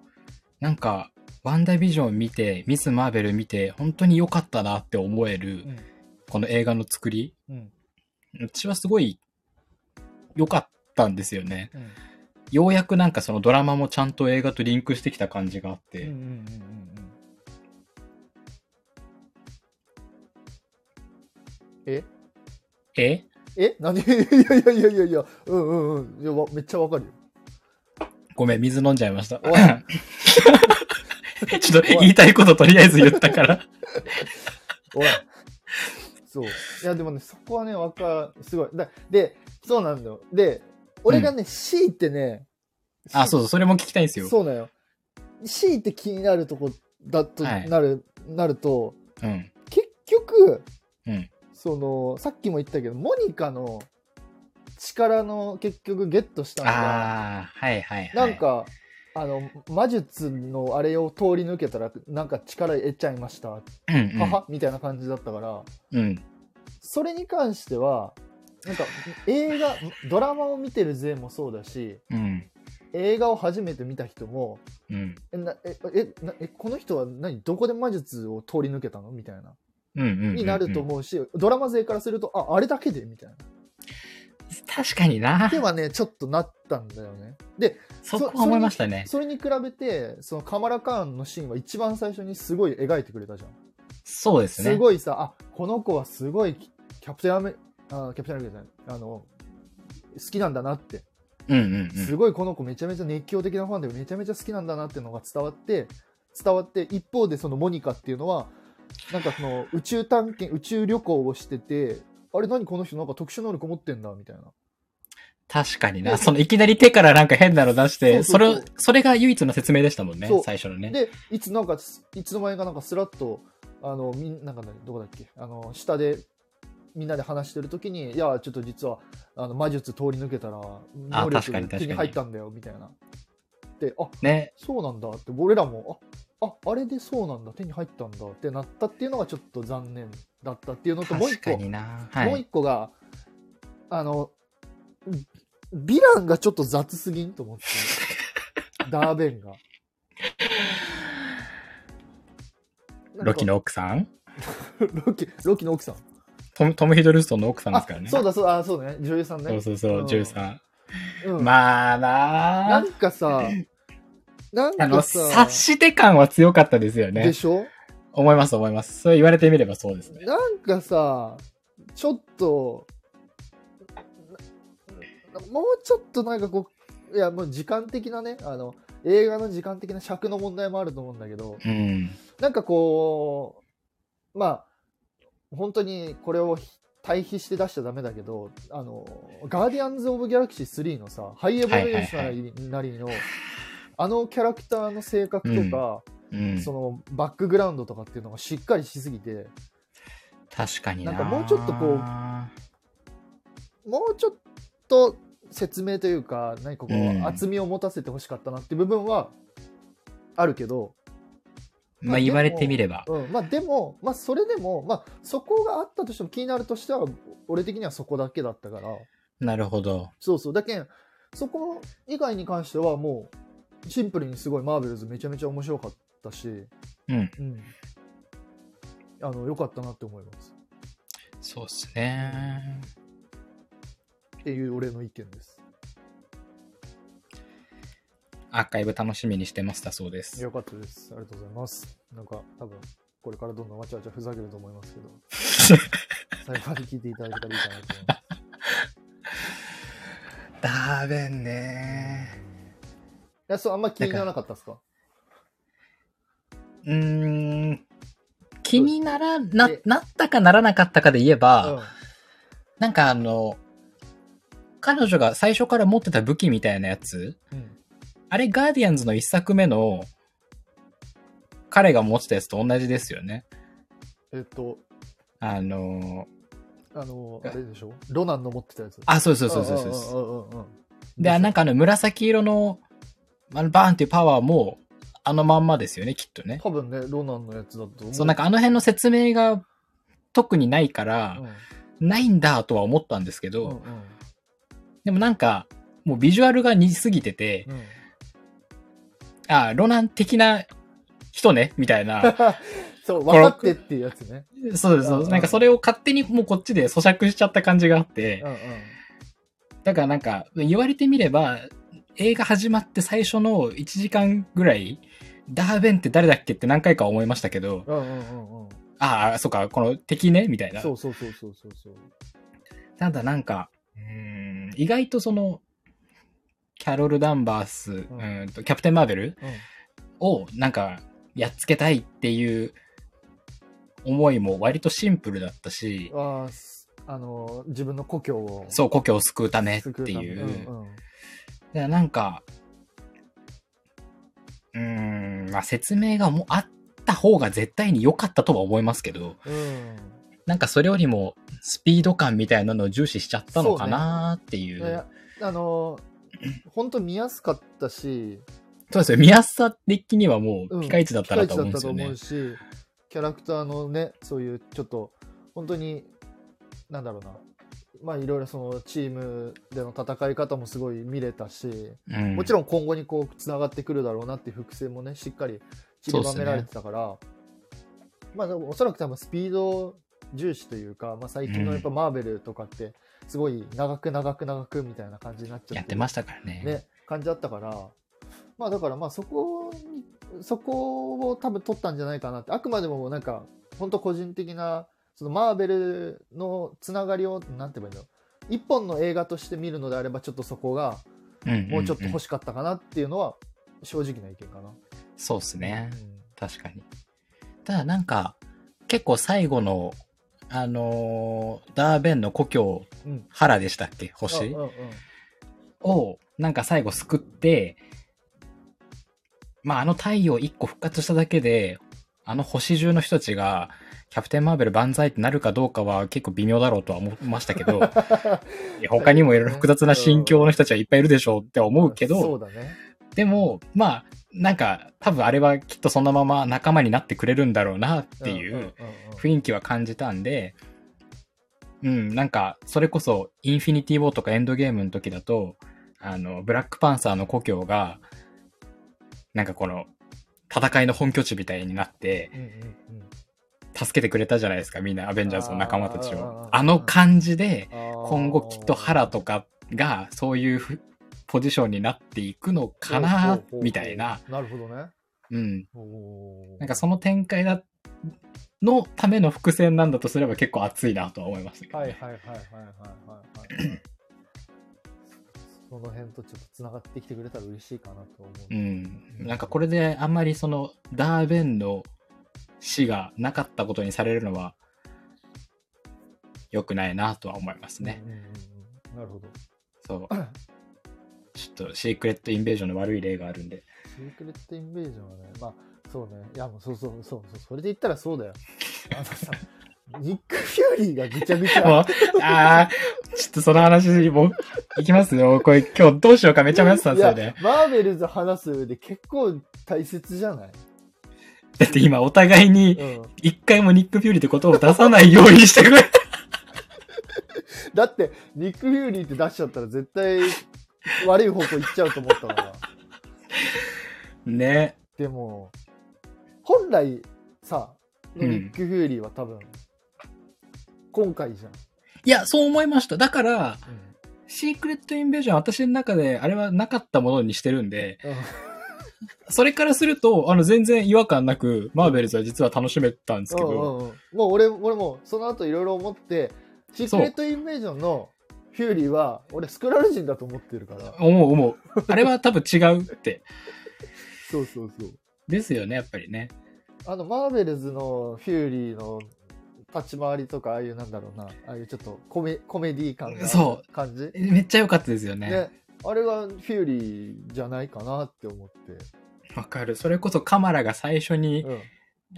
なんか、ワンダービジョン見て、ミス・マーベル見て、本当に良かったなって思え
う
る、
ん
この映画の作り、
うん
うちはすごい良かったんですよね。
うん
ようやくなんかそのドラマもちゃんと映画とリンクしてきた感じがあっ
うんうん
て、
うんうんえ
え
え何 いやいやいやいやいや、うんうんうん。いやわめっちゃわかるよ。
ごめん、水飲んじゃいました。
おい
ちょっと言いたいこととりあえず言ったから。
おい。そう。いや、でもね、そこはね、わかすごい。だで、そうなんだよ。で、俺がね、強いてね、
あ、そうそう、それも聞きたいんですよ。
そうだよ。強いて気になるとこだと、
はい
なる、なると、
うん。
結局、
うん。
そのさっきも言ったけどモニカの力の結局ゲットしたのが
あー、はいはいは。
ないんか、あの魔術のあれを通り抜けたらなんか力得ちゃいました、は
うん、うん。
はみたいな感じだったから
うん。
それに関してはなんか映画ドラマを見てる勢もそうだし
うん。
映画を初めて見た人も
うん。
えなええなえこの人は何どこで魔術を通り抜けたのみたいな
うんうんうんうん
になると思うし、ドラマ勢からするとああれだけでみたいな。
確かにな
で。はね、ちょっとなったんだよね。で、
そこは思いましたね。
それに比べて、そのカマラカーンのシーンは一番最初にすごい描いてくれたじゃん。
そうですすね。
ごいさ、あ、この子はすごいキャプテンアメあキャプテンアメリカじゃないあの好きなんだなって
うんうんう
す
ん。
ごいこの子めちゃめちゃ熱狂的なファンでめちゃめちゃ好きなんだなっていうのが伝わって伝わって一方でそのモニカっていうのはなんかその宇宙探検宇宙旅行をしててあれ何この人なんか特殊能力持ってんだみたいな
確かにな。そのいきなり手からなんか変なの出して、
そ
そう
そうそう
れ、それが唯一の説明でしたもんね
そう、
最初のね。
でいつなんかすいつの間にかなんかスラッとあのみんなんかねどこだっけあの下でみんなで話してる時にいやちょっと実はあの魔術通り抜けたら能力
確かに確かに
手に入ったんだよみたいな。であ
ね。
そうなんだって俺らもあああれでそうなんだ手に入ったんだってなったっていうのがちょっと残念だったっていうのともう
確
一
か
個
にな。は
もう
い。
一個があのんヴィランがちょっと雑すぎんと 思ってダーベンが。
ロキの奥さん
ロキ、ロキの奥さん。
トム、トムヒドルストンの奥さんで
あ
すから、ね。
そうだそうだ、あ、そうだね。女優さんね。
そうそうそうう、
ん
女優さ
うん
ん。まあな
な
あ
んかさ、なん
あの、
かさ
察、して感は強かったですよ
で
ね。
しょ
思います思います。そう言われてみればそうですね。
なんかさ、ちょっと、ななもうちょっとなんかこう、いや、もう時間的なね、あの、映画の時間的な尺の問題もあると思うんだけど、
うん。
なんかこう、まあ、本当にこれを対比して出しちゃダメだけど、あの、ガーディアンズ・オブ・ギャラクシー3のさ、ハイエボレーショナリーなりの、あのキャラクターの性格とか、
うん。
そのバックグラウンドとかっていうのがしっかりしすぎて、
確かにな。
なんかもうちょっとこう
う。
もうちょっと説明というか、何かこ
うん
う、厚みを持たせてほしかったなって部分はあるけど、
まあ言われてみれば。
うん、まあでも、まあそれでも、まあそこがあったとしても気になるとしては、俺的にはそこだけだったから、
なるほど。
そうそう。だけん、そこ以外に関してはもう、シンプルにすごいマーベルズめちゃめちゃ面白かったし、
うん。
うん。あの、良かったなって思います。
そうっすね。
っていう俺の意見です。
アーカイブ楽しみにしてましたそうです。
良かったです。ありがとうございます。なんか、多分、これからどんどんわちゃわちゃふざけると思います けど、最後まで聞いていただけたらいいかなと思います。
ダーベン
い
ね。
や、そう、あんま気にならなかったですか
うーん。気になら、な、なったかならなかったかで言えば、なんかあの、彼女が最初から持ってた武器みたいなやつ、
うん。うん。
あれガーディアンズの一作目の、彼が持ってたやつと同じですよね。
えっと、
あの、
あの、あれでしょロナンの持ってたやつ。
あ、そうそうそうそうそうそう。
うんうんうんうんうん。
で、あなん
か、
かあの紫色の、あのバーンっていうパワーも、あのまんまですよね、きっとね。
多分ね、ロナンのやつだと思う。
そう、なんかあの辺の説明が特にないから
う、ん、
ないんだとは思ったんですけど、
うんうん
でもなんか、もうビジュアルが似すぎてて、
うん
あ、ロナン的な人ね、みたいな。
そう、分かってっていうやつね。
そう
う
ですそ
んう
うで
ん
す。なんかそれを勝手にもうこっちで咀嚼しちゃった感じがあって
うん、うん。
だからなんか言われてみれば、映画始まって最初の1時間ぐらい、ダーベンって誰だっけって何回か思いましたけど、
うんうんうんうん。
ああ、そっか、この敵ね、みたいな
そ。うそうそうそうそうそう。
ただなんか、うーん意外とその、キャロル・ダンバース、うーんとキャプテン・マーベル
うん
をなんか、やっつけたいっていう思いも割とシンプルだったし、
あーすあのー、自分の故郷を。
そう、故郷を救うためっ
救
て
ため
いう。
うんうん
いや、なんか、うーん、まあ、説明がもうあった方が絶対に良かったとは思いますけど、
うん。
なんかそれよりもスピード感みたいなのを重視しちゃったのかなってい。
いうやいやあのー、本当見やすかったし、
そうですよ。見やすさ的にはも
う
うんピカイチだっ
機
たら
械
と
値
思
だ
うん
っ
で
た
す
と
よ
思
ね
う。し、キャラクターのね、そういうちょっと、本当に、なんだろうな。まあいろいろそのチームでの戦い方もすごい見れたし、もち
ろん。
ろん今後にこうつながってくるだろうなっていう伏線もねしっかり散りばめられてたから、まあでもおそらく多分スピード重視というか、まあ、最近のやっぱマーベルとかってすごい長く長く長くみたいな感じになっちゃ
や
っ
っててましたからね。
ね感じだったからまあだからまあそこにそこを多分取ったんじゃないかなってあくまでもなんか本当個人的なそのマーベルのつながりを、なんて言えばいいんだろう。一本の映画として見るのであれば、ちょっとそこが、
うん
もうちょっと欲
しい。
しかったかなっていうのは、正直な意見かな。
そうですね。
うん
確かに。ただなんか、結構最後の、あのーダーベンの故郷、
うん
原でしたっけ星
うんうんうん
を、なんか最後救って、まあ、あの太陽一個復活しただけで、あの星中の人たちが、キャプテンマーベル万歳ってなるかどうかは結構微妙だろうとは思いました けど、いや他にもいろいろ複雑な心境の人たちはいっぱいいるでしょうって思うけど、
そうだね。
でも、まあ、なんか、多分あれはきっとそのまま仲間になってくれるんだろうなってい
んんん
うん雰囲気は感じたんで、うん、なんか、それこそ、インフィニティ・ウォーとかエンドゲームの時だと、あの、ブラックパンサーの故郷が、なんかこの、戦いの本拠地みたいになって、
うんうんうん
助けてくれたじゃないですか、みんな、アベンジャーズの仲間たち
あ
を。
ー
あの感じで、
あー
今後きっと原とかが、そういうふポジションになっていくのかな、みたいな。。
ほうほうほうほうなる
うん。
ほどね。
なんかそ
の。
の展開だのための伏線なんだとすれば結構熱いなとは思いましたけど、
はい
ね
はいはいはいはいはいはい。その辺とちょっとつながってきてくれたら嬉しいかなと思う。
うん。なんかこれであんまりそのダーベンの死がなかったことにされるのは良くないなとは思いますね。
うんうんうんうん。なるほど。
そう。 ちょっとシークレットインベージョンの悪い例があるんで。
シークレットインベージョンはね、まあ、そうね。いや、もうそうそうそうそう。それで言ったらそうだよ。あのさ、ニック・フューリーがぐちゃ ぐち
も
ゃ。
うああ、ちょっとその話もういきますよ。これ今日どうしようかめっちゃ迷ってたんですよ
いや
ね。
マーベルズ話す上で結構大切じゃない
だって今お互いに
うん。
一回もニック・フューリーってことを出さないようにしてくれ
だって、ニック・フューリーって出しちゃったら絶対悪い方向行っちゃうと思ったから。
ね。
でも、本来さ、の
うん
ニック・フューリーは多分、今回じゃん。
いや、そう思いました。だから、シークレットインベージョンは私の中で、あれはなかったものにしてるんで、
うん
それからすると、あの、全然違和感なく、マーベルズは実は楽しめたんですけ
うん
ど、
うんうんもう俺、俺もその後いろいろ思って、シークレット・インベージョンのフューリーは、俺スクラル人だと思ってるから。
思う思う。あれは多分違うって。
そうそうそう。
ですよね、やっぱりね。
あの、マーベルズのフューリーの立ち回りとか、ああいうなんだろうな、ああいうちょっとコメコメディ感があ
そ
る感じ。
めっちゃ良かったですよね。
ね、あれがフューリーじゃないかなって思って。
わ、かる。それこそカマラが最初に、
うん、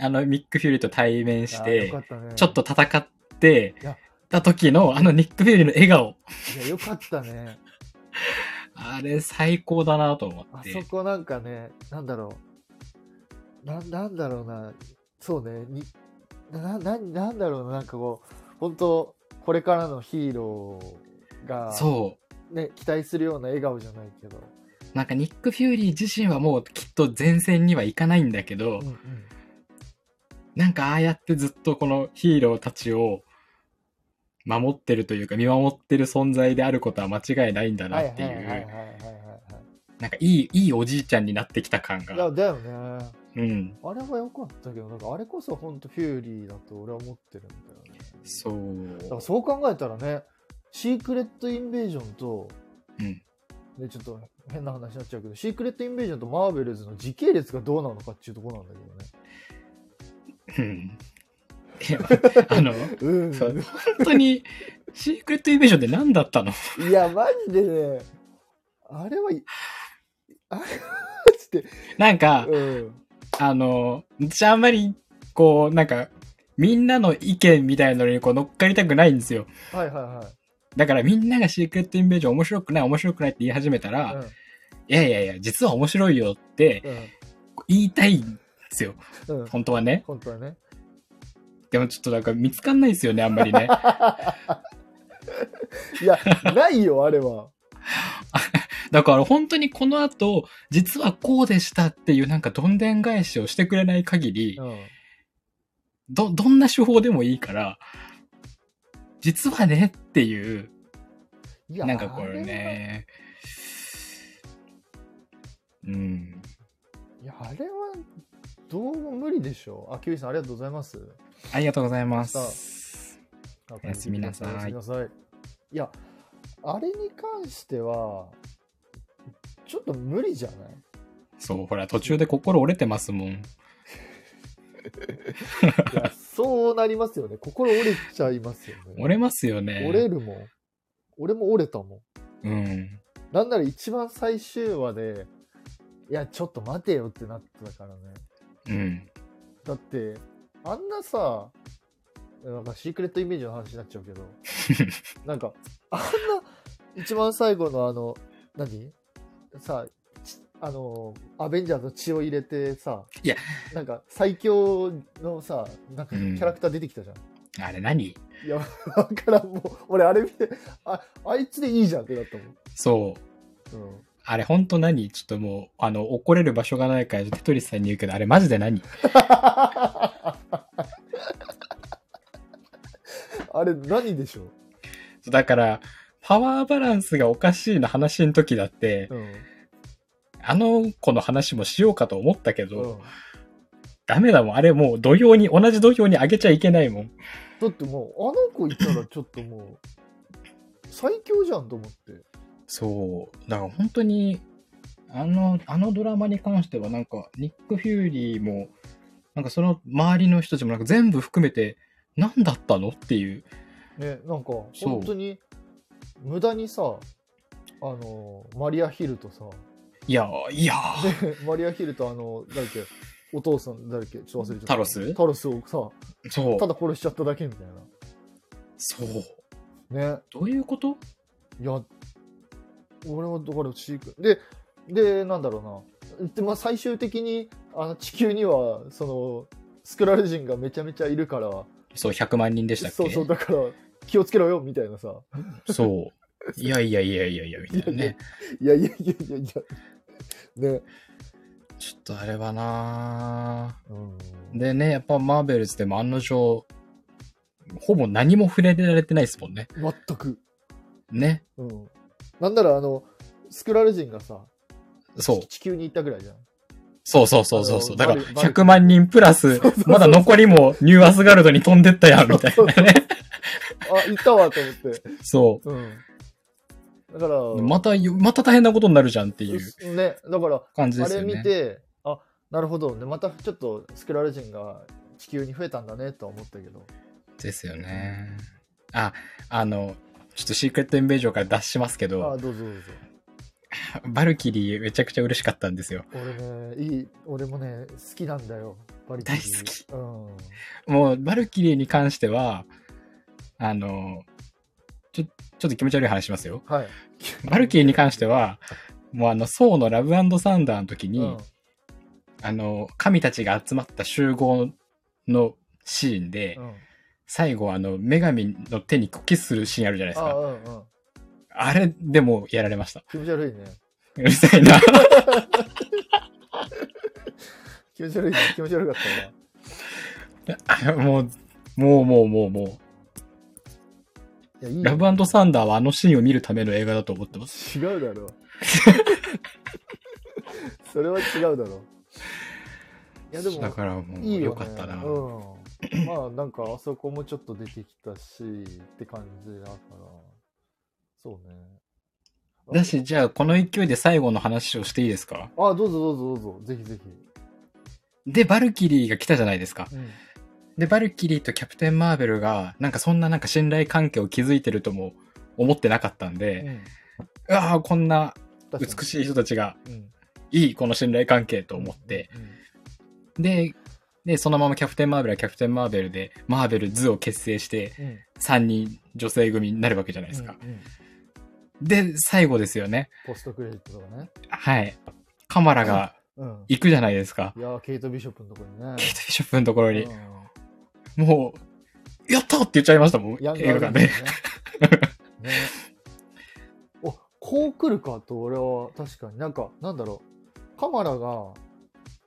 あの、ミック・フューリーと対面し
あーよ
て
か、ったね。
ちょっと戦って
いや、
た時の、あの、ニック・フューリーの笑顔。
いや。よかったね。
あれ、最高だなと思
あ
って
そ。こなんかね、なんだろう。な、なんだろうな。そうね。にな、な、なんだろうな。なんかこう、本当これからのヒーローが、
そう。
ね、期待するような笑顔じゃないけど。
なんかニック・フューリー自身はもうきっと前線には行かないんだけど、
うんうん
なんかああやってずっとこのヒーローたちを守ってるというか見守ってる存在であることは間違いないんだな
はいは
っ
い
てい
はいはいはいは
う、
いは
なんかいい、いいおじいちゃんになってきた感
い。
が。
だだよね。
うん。
あれは良かったけど、なんかあれこそ本当フューリーだと俺は思ってるんだよね。
そう。
だからそう考えたらね、シークレット・インベージョンと、
うん
でちょっと変な話になっちゃうけど、シークレット・インベージョンとマーベルズの時系列がどうなのかっていうところなんだ
うん。いや、あの、
けどね。
そう本当に、シークレット・インベージョンって何だったの
うん。いや、マジでね、あれは、あれは、つって、
なんか、
うん。
あの、私あんまり、こう、なんか、みんなの意見みたいなのにこう乗っかりたくないんですよ。
はいは
だからみんながシークレットインベージョン面白くない面白くないって言い始めた
いはい
ら、。いやいやいや、実は面白いよって
うん。
言いたいんですよ。
うん。うん。
本当はね。
本当はね。
でもちょっとなんか見つかんないですよね、あんまりね。
いや、ないよ、あれは。
だから本当にこの後、実はこうでしたっていうなんかどんでん返しをしてくれない限り
う、ん。
ど、どんな手法でもいいから、実はねっていう、
いや
なんかこれ。ね。うん。
あれはいや、あれは、どうも無理でしょう。あ、キュウリさん、ありがとうございます。
ありがとうございま
さ
す。
あ
おやすみなさ
お
い
やすみなさい。いや、あれに関しては、ちょっと無理じゃない
そう、ほら、途中で心折れてますもん。
いやそうなりますよね。心折れちゃいますよね。
折れますよね。
折れるもん。俺も折れたもん。
うん。
なんなら一番最終話で、いや、ちょっと待てよってなってたからね。
うん。
だって、あんなさ、なんかシークレットイメージの話になっちゃう けど、なんか、あんな、一番最後のあの、何さ、ちあの、アベンジャーズの血を入れてさ、
いや、
なんか最強のさ、なんかキ
うん
ャラクター出てきたじゃん。
あれ何
いや、だからんもう、俺あれ見て、あ、あいつでいいじゃんってなった
そう。
も ん。うん。
あれ本当何ちょっともう、あの、怒れる場所がないから、テトリスさんに言うけど、あれマジで何
あれ何でしょう、
そうだから、パワーバランスがおかしいの話の時だって、
うん
あの子の話もしようかと思ったけど、
うん、
ダメだもん。あれもう土俵に、同じ土俵に上げちゃいけないもん。
だってもうあの子いたらちょっともう最強じゃんと思って
そう。だから本当に、あの、あのドラマに関してはなんか、ニック・フューリーも、なんかその周りの人たちもなんか全部含めて、何だったのっていう。
ねなんか
そう
本当に無駄にさあのマリア・ヒルとさ
いやー、いやー
でマリア・ヒルとあの誰だっけお父さん誰だっけちょっと忘れちゃった
タロス
タロスをさ
そう
た。だ殺しちゃっただけみたい
そう。
なね
どういうこと
いや俺はだから飼育ででなんだろうなで、まあ、最終的にあの地球にはそのスクラル人がめちゃめちゃいるから
そう、100万人でしたっけ
そうそうだから気をつけろよみたいなさ
そう。いやいやいやいやいや、みたいなね。
いやいやいやいやいやね
ちょっとあれはな
うん
ぁでね、やっぱマーベルズでも案の定、ほぼ何も触れられてないですもんね。
全く、
ね。
うん、なんならあのスクラル人がさ
そう。
地球に行ったぐらいじゃん
そうそうそうそうそう。
あ
だ
の
から、
バル
100万人プラス
そうそう、
まだ残りもニューアスガルドに飛んでったやん、みたいなね。
あ行ったわと思 って、
そ
うん、だから
う。また、また大変なことになるじゃんっていう
うっねだから
感じで
あ
す
れ
よ
見
ね。
て、あなるほど、ね、またちょっとスクラル人が地球に増えたんだねとは思ったけど、
ですよね。あ、あの、ちょっとシークレットインベージョンから脱しますけ
あ
ど、
どうぞどうぞ。
バルキリーめちゃくちゃ嬉しかったんですよ。
俺ね、いい、俺もね、好きなんだよ、バリキリ
大好き。
うん。
もう、バルキリーに関しては、あの、ちょ、ちょっと気持ち悪い話しますよ。
はい。
バルキリーに関しては、もうあの、ソーのラブサンダーの時
う
に、
ん、
あの、神たちが集まった集合のシーンで、
うん。
最後あの、女神の手にキスするシーンあるじゃないです
あ
か。
うんうん。
あれでもやられました。
気持ち悪いね。
うるさいな。
気持ち悪い、気持ち悪かったな。
あもう、もうもうもうも、
いや、いいうね
ラブサンダーはあのシーンを見るための映画だと思ってます。
違うだろ う。それは違うだろう。いや、でも
だ、からもう、
いいよ、ね、
よかったな。
うん、まあなんかあそこもちょっと出てきたしって感じだからそうね
だし、じゃあこの勢いで最後の話をしていいですか
あどうぞどうぞどうぞぜひぜひ、
で、バルキリーが来たじゃないですか。
うん、
で、バルキリーとキャプテン・マーベルが、なんかそんななんか信頼関係を築いてるとも思ってなかったんで、うわあこんな美
い、
しい人たちが
うん、
いい、この信頼関係と思って。で、で、そのままキャプテン・マーベルはキャプテン・マーベルで、マーベル図を結成して、
うん、うんうん
3人女性組になるわけじゃないですか。
うん
で、最後ですよね。
ポストクレジットとかね、
はい。カマラが
うん、
行くじゃないですか。
いやーケイト・ビショップのところにね
ケイト・ビショップのところに、
う
もう、やったって言っちゃいました
ん
もん、
ヤング
映
ア
画館
ベン
で。
ジャー ねねおこう来るかと俺は確かになんかなんだろうカマラが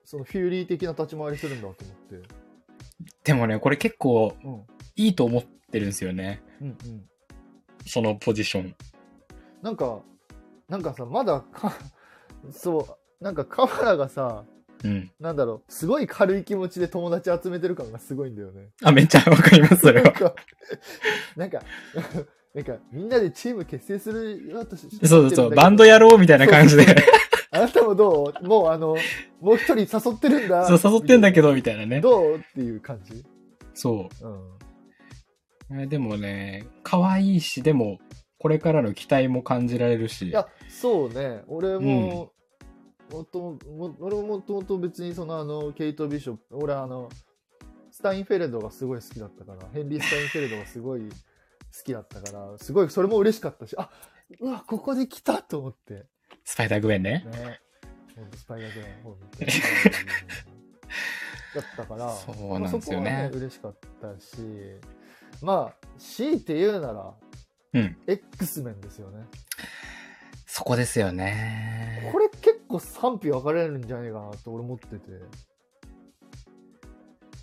そのフューリー的な立ち回りするんだと思って
でもね、これ結構
うん
いいと思ってるんですよね。
うんうん、
そのポジション。
なんかなんかさまだかそうなんかカマラがさ
うん。
なんだろう、すごい軽い気持ちで友達集めてる感がすごいんだよね。
あ、めっちゃわかります、それ
なん
は。
か、なんか、 なんかみんなでチーム結成するようとし
そうそうそう、バンドや
ろ
ろうみたいな感じで、
あなたもどうもうあの、もう一人誘ってるんだ。
そう、誘ってんだけど、みたいなね。
どうっていう感じ。
そ
うん。
う。えでもね、可愛いし、でも、これからの期待も感じられる
い
し。
や、そうね、俺も、もともも俺ももともと別にそのあの、ケイト・ビショップ、俺あの、スタインフェルドがすごい好きだったから、ヘンリー・スタインフェルドがすごい好きだったから、すごいそれも嬉しかったし、あうわ、ここで来たと思って。
スパイダーグウェンね。
ね。ほんとスパイダーグレン、ほんとにだったから、
そうなんですよね
まあそこは嬉しかったし、まあ、強いて言うなら、
うん。
X メンですよね。
そこですよね
こ。れ結構賛否分かれるんじゃないかなって俺思ってて。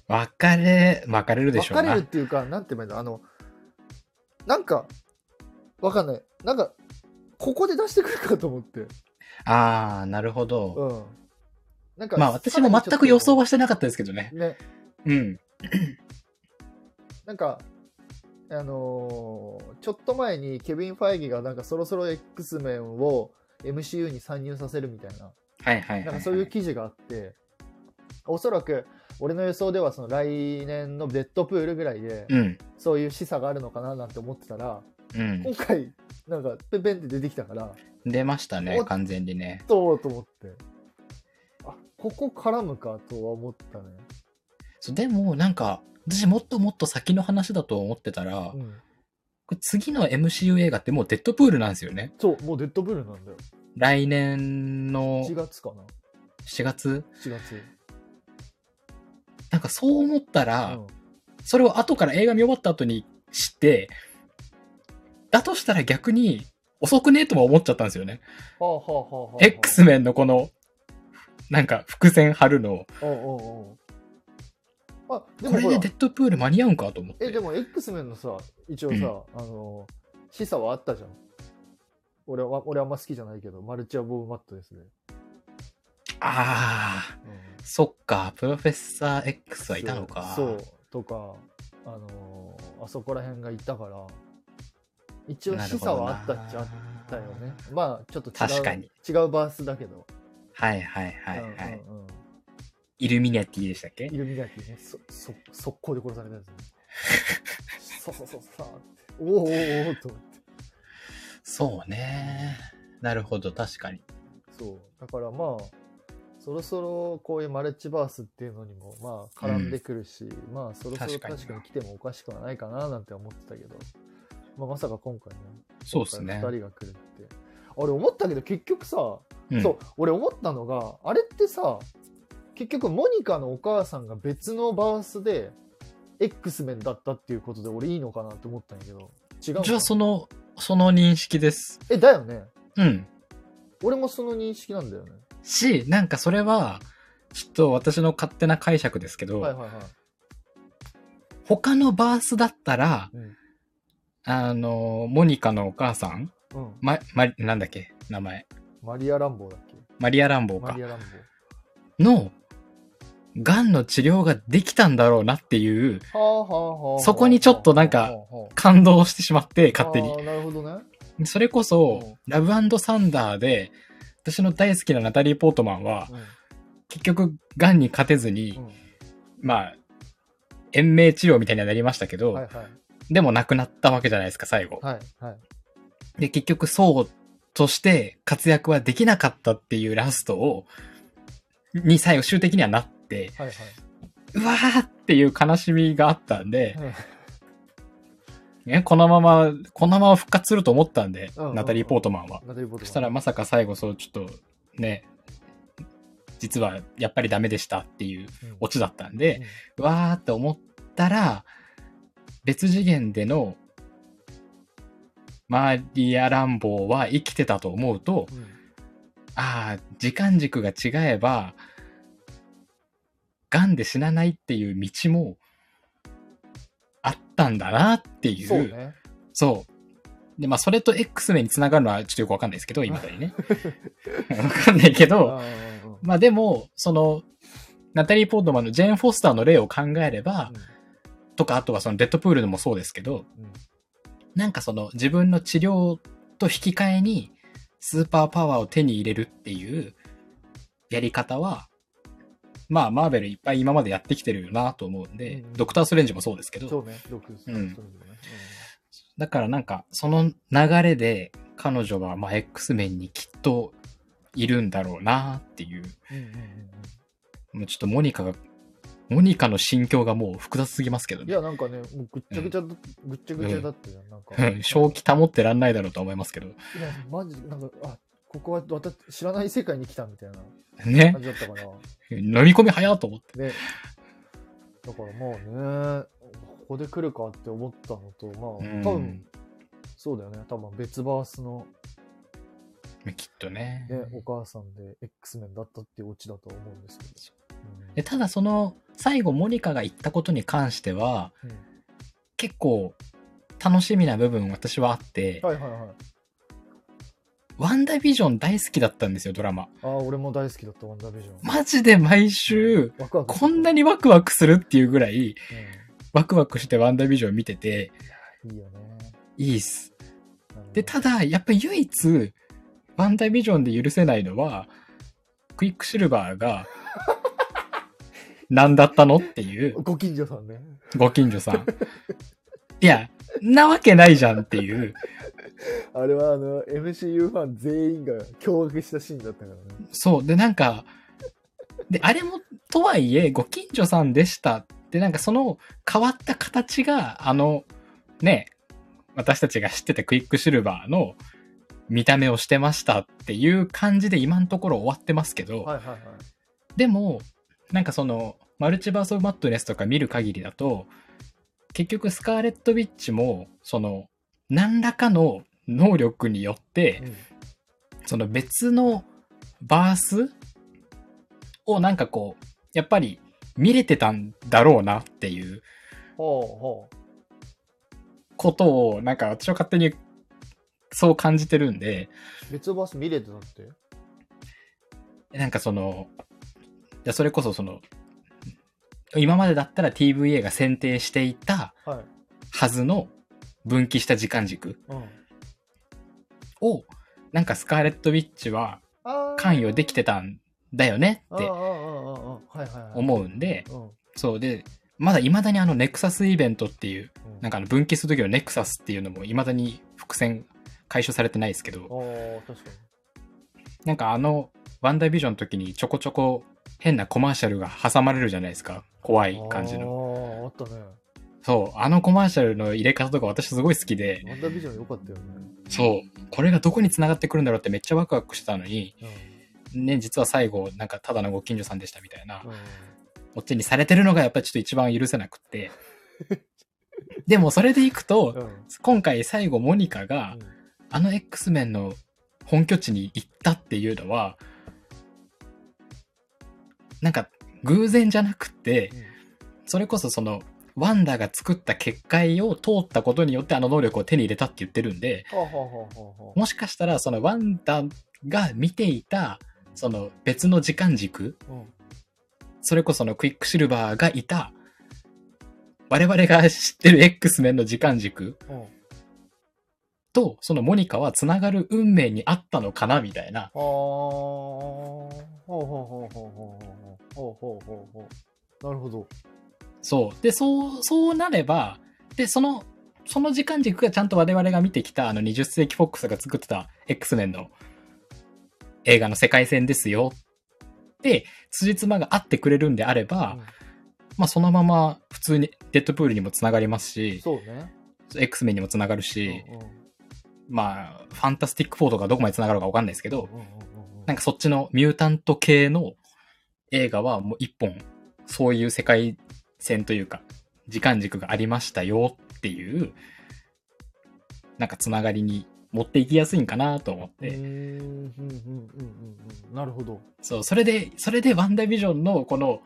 分かれ、分かれるでし
分
ょう
か
な。
れるっていうか、なんて言えばいいんだあの、なんか、わかんない。なんか、ここで出してくるかと思って。
ああ、なるほど。
うん。なんか、
まあ私も全く予想
は。
はしてなかったですけどね。
ね、
うん。
なんか、あのーちょっと前にケビン・ファイギがなんかそろそろ X メンを MCU に参入させるみたいな、
はいはいはい、はい。
なんかそういう記事があって、おそらく俺の予想ではその来年のデッドプールぐらいで、
うん。
そういう示唆があるのかななんて思ってたら、
うん。
今回、なんか、ペンペンって出てきたから、
出ましたね
お、
完全にね。
どうと思って。あ、ここ絡むかとは思ったね。
そうでも、なんか、私もっともっと先の話だと思ってたら、
うん。
これ次の MCU 映画ってもうデッドプールなんですよね。
そう、もうデッドブルなんだよ。
来年の
1月かな
4月
?4 月。
なんかそう思ったら、
うん
それを後から映画見終わった後に知って、だとしたら逆に遅くねえとも思っちゃったんですよね。
はあはあはあはあ。
X メンのこの、なんか伏線張るの、
おうおうおうあ、で
こ
も
れ
ほ
で
ら
デ、ッドプール間に合うんかと思っ
え、
て
で。も X メンのさ、一応さ、あの、示唆はあったじゃん。俺は、俺あんま好きじゃないけど、マルチア・ボブ・マットですね。
ああ、
うん
そっか、プロフェッサー X はいたのか。
そうそうとかあのーあそこら辺がいたから一応
な
示
る
唆
ほどな
はあったっちゃあったよねまあちょっと違う
確かに
違うバースだけど、
はいはいはい
う
はい。
んうんうん
イルミナティでしたっけ
イルミナティねそそ速攻で殺された やつねそうそうそうさあっておおおおおおと思って
そうね。なるほど、確かに。
そうだからまあそろそろこういうマルチバースっていうのにもまあ絡んでくるし、まあそろそろ
確かに
確かに来てもおかしくはないかななんて思ってたけど、まあ、まさか今回ね
そうです
2
ね。
人が来るって俺思ったけど結局さ、
うん
そう俺思ったのがあれってさ結局モニカのお母さんが別のバースで X メンだったっていうことで俺いいのかなって思ったんやけど違うの
じゃあその、その認識です。
えだよね
うん。
俺もその認識なんだよね
し、なんかそれは、ちょっと私の勝手な解釈ですけど、
はいはいはい、
他のバースだったら、
うん
あの、モニカのお母さん、
うん、
ま、ま、なんだっけ名前。
マリア・ランボーだっけ
マリア・ランボー
マ
か
リ。ア・ランボ
の、癌の治療ができたんだろうなっていう、
ーはあはあはあ
そこにちょっとなんか
はあはあ
感動してしまって、勝手に
あ。ーなるほどね
それ
う
こ
ん
そ、ラブサンダーで、私の大好きなナタリー・ポートマンは、結局、癌に勝てず
う
に
ん、
まあ、延命治療みたいにはなりましたけ
う
ど、
んはいはい
でも亡くなったわけじゃないですか、最後。
はいはい
で、結局、そうとして活躍はできなかったっていうラストを、に最後、終的にはなって、
はいう
わーっていう悲しみがあったんで、
はい
ね、このまま、このまま復活すると思ったんで、
うんうんうん
ナタリー・ポートマンは。
ナタリーポートマン
そしたらまさか最後そうちょっとね、実はやっぱりダメでしたっていう
うん
オチだったんで、
うん
わーって思ったら、別次元でのマリア・ランボーは生きてたと思うと、
うん
ああ、時間軸が違えば、癌で死なないっていう道もあったんだなっていう、
そうね。
そうで、まあ、それと X 面につながるのはちょっとよくわかんないですけど、今だ にね。わかんないけ
う
ど、
んうんうん
まあでも、その、ナタリー・ポートマンのジェーン・フォスターの例を考えれば、とか、あとはそのデッドプールのもそうですけど、
うん
なんかその自分の治療と引き換えにスーパーパワーを手に入れるっていうやり方は、まあマーベルいっぱい今までやってきてるよなと思うんで、
うんうん
ドクター・ストレンジもそうですけ
そ
ど、
うね、ロックです。
うん
それぞれね
だからなんかその流れで彼女はまあ X 面にきっといるんだろうなっていう、
うんうんうんうん
もうちょっとモニカが、モニカの心境がもう複雑すぎますけど
い
ね。
や、。なんかね、もうぐっちゃぐちゃだ、ぐっちゃぐちゃだったよ、なんか
正気保ってらんないだろうと思いますけど。
いや、マジで、なんか、あ、ここは私、知らない世界に来たみたいな
ね
感。じだったから。
飲み込み早っと思って。
ね。だからまあね、ここで来るかって思ったのと、ま
うん
あ、多分、そうだよね、多分別バースの、
きっとね。
ね、お母さんで X メンだったっていうオチだとは思うんですけど。
でただその最後モニカが言ったことに関しては
うんうん
結構楽しみな部分私はあって、
はいはいはい。
ワンダービジョン大好きだったんですよドラマ
ああ、俺も大好きだった、ワンダービジョン。
マジで毎週
ワクワクしてた
こんな、にワクワクするっていうぐらいワクワクしてワンダービジョン見てて
うんいいよね。
いいっす
うん
でただやっぱ唯一ワンダービジョンで許せないのはクイックシルバーが何だったのっていう
ご近所さんね。
ご近所さん。いや、なわけないじゃんっていう。
あれはあの、MCU ファン全員が驚愕したシーンだったからね。
そう。で、なんか、で、あれも、とはいえ、ご近所さんでしたって、なんかその変わった形が、あの、ね、私たちが知ってたクイックシルバーの見た目をしてましたっていう感じで今のところ終わってますけど、
はいはいはい。
でも、なんかその、マルチバース・オブ・マットネスとか見る限りだと、結局スカーレット・ウィッチも、その、何らかの能力によって、その別のバースをなんかこう、やっぱり見れてたんだろうなっていう
ほうほ
ことを、なんか私は勝手にそう感じてるんで、
う。別バス見れてたって。
なんかその、いやそれこそその、今までだったら TVA が選定していた
はい。
はずの分岐した時間軸
うん。
を、なんかスカーレット・ウィッチは
あー
関与できてたんだよね
あ
っ
ー
て
あーあーあーはいはいはい。
思うんで、
うん。うん。
そうで、まだ未だにあのネクサスイベントっていう、なんかあの分岐する時のネクサスっていうのも未だに伏線解消されてないですけ
あ
ど、
ー確かに。
なんかあのワンダービジョンの時にちょこちょこ変なコマーシャルが挟まれるじゃないですか。怖い感じの。
の。ああ、あったね。
そう、あのコマーシャルの入れ方とか私すごい好きで、
ワンダービジョン良かったよね。
そう、これがどこに繋がってくるんだろうってめっちゃワクワクしてたのに、
うん。
ね、実は最後、なんかただのご近所さんでしたみたいな、
うん
こっちにされてるのがやっぱりちょっと一番許せなくって。でもそれでいくと、
うん。
今回最後モニカが
うん
あの X メンの本拠地に行ったっていうのはなんか偶然じゃなくてそれこそそのワンダが作った結界を通ったことによってあの能力を手に入れたって言ってるんで
はあはあはあはあはあ。
もしかしたらそのワンダが見ていたその別の時間軸
うん
それこそのクイックシルバーがいた我々が知ってる X メンの時間軸
うん。
と、そのモニカは繋がる運命にあったのかなみたいな。
あーほうほうほうほうほうほうほうほうほうほうなるほど。
そう。で、そう、そうなれば、で、その、その時間軸がちゃんと我々が見てきた、あの20世紀フォックスが作ってた X メンの映画の世界線ですよ。で、辻褄が合ってくれるんであれば、まあそのまま普通にデッドプールにも繋がります
うん
し、
そうね。
X メンにも繋がるし、
うんうん
まあ、ファンタスティック4とかどこまで繋がるかわかんないですけど、
うんうんうんうん
なんかそっちのミュータント系の映画はもう一本、そういう世界線というか、時間軸がありましたよっていう、なんかつながりに持っていきやすいんかなと思っ
うー
て、
んうんうんうんうんなるほど。
そう、それで、それでワンダービジョンのこの、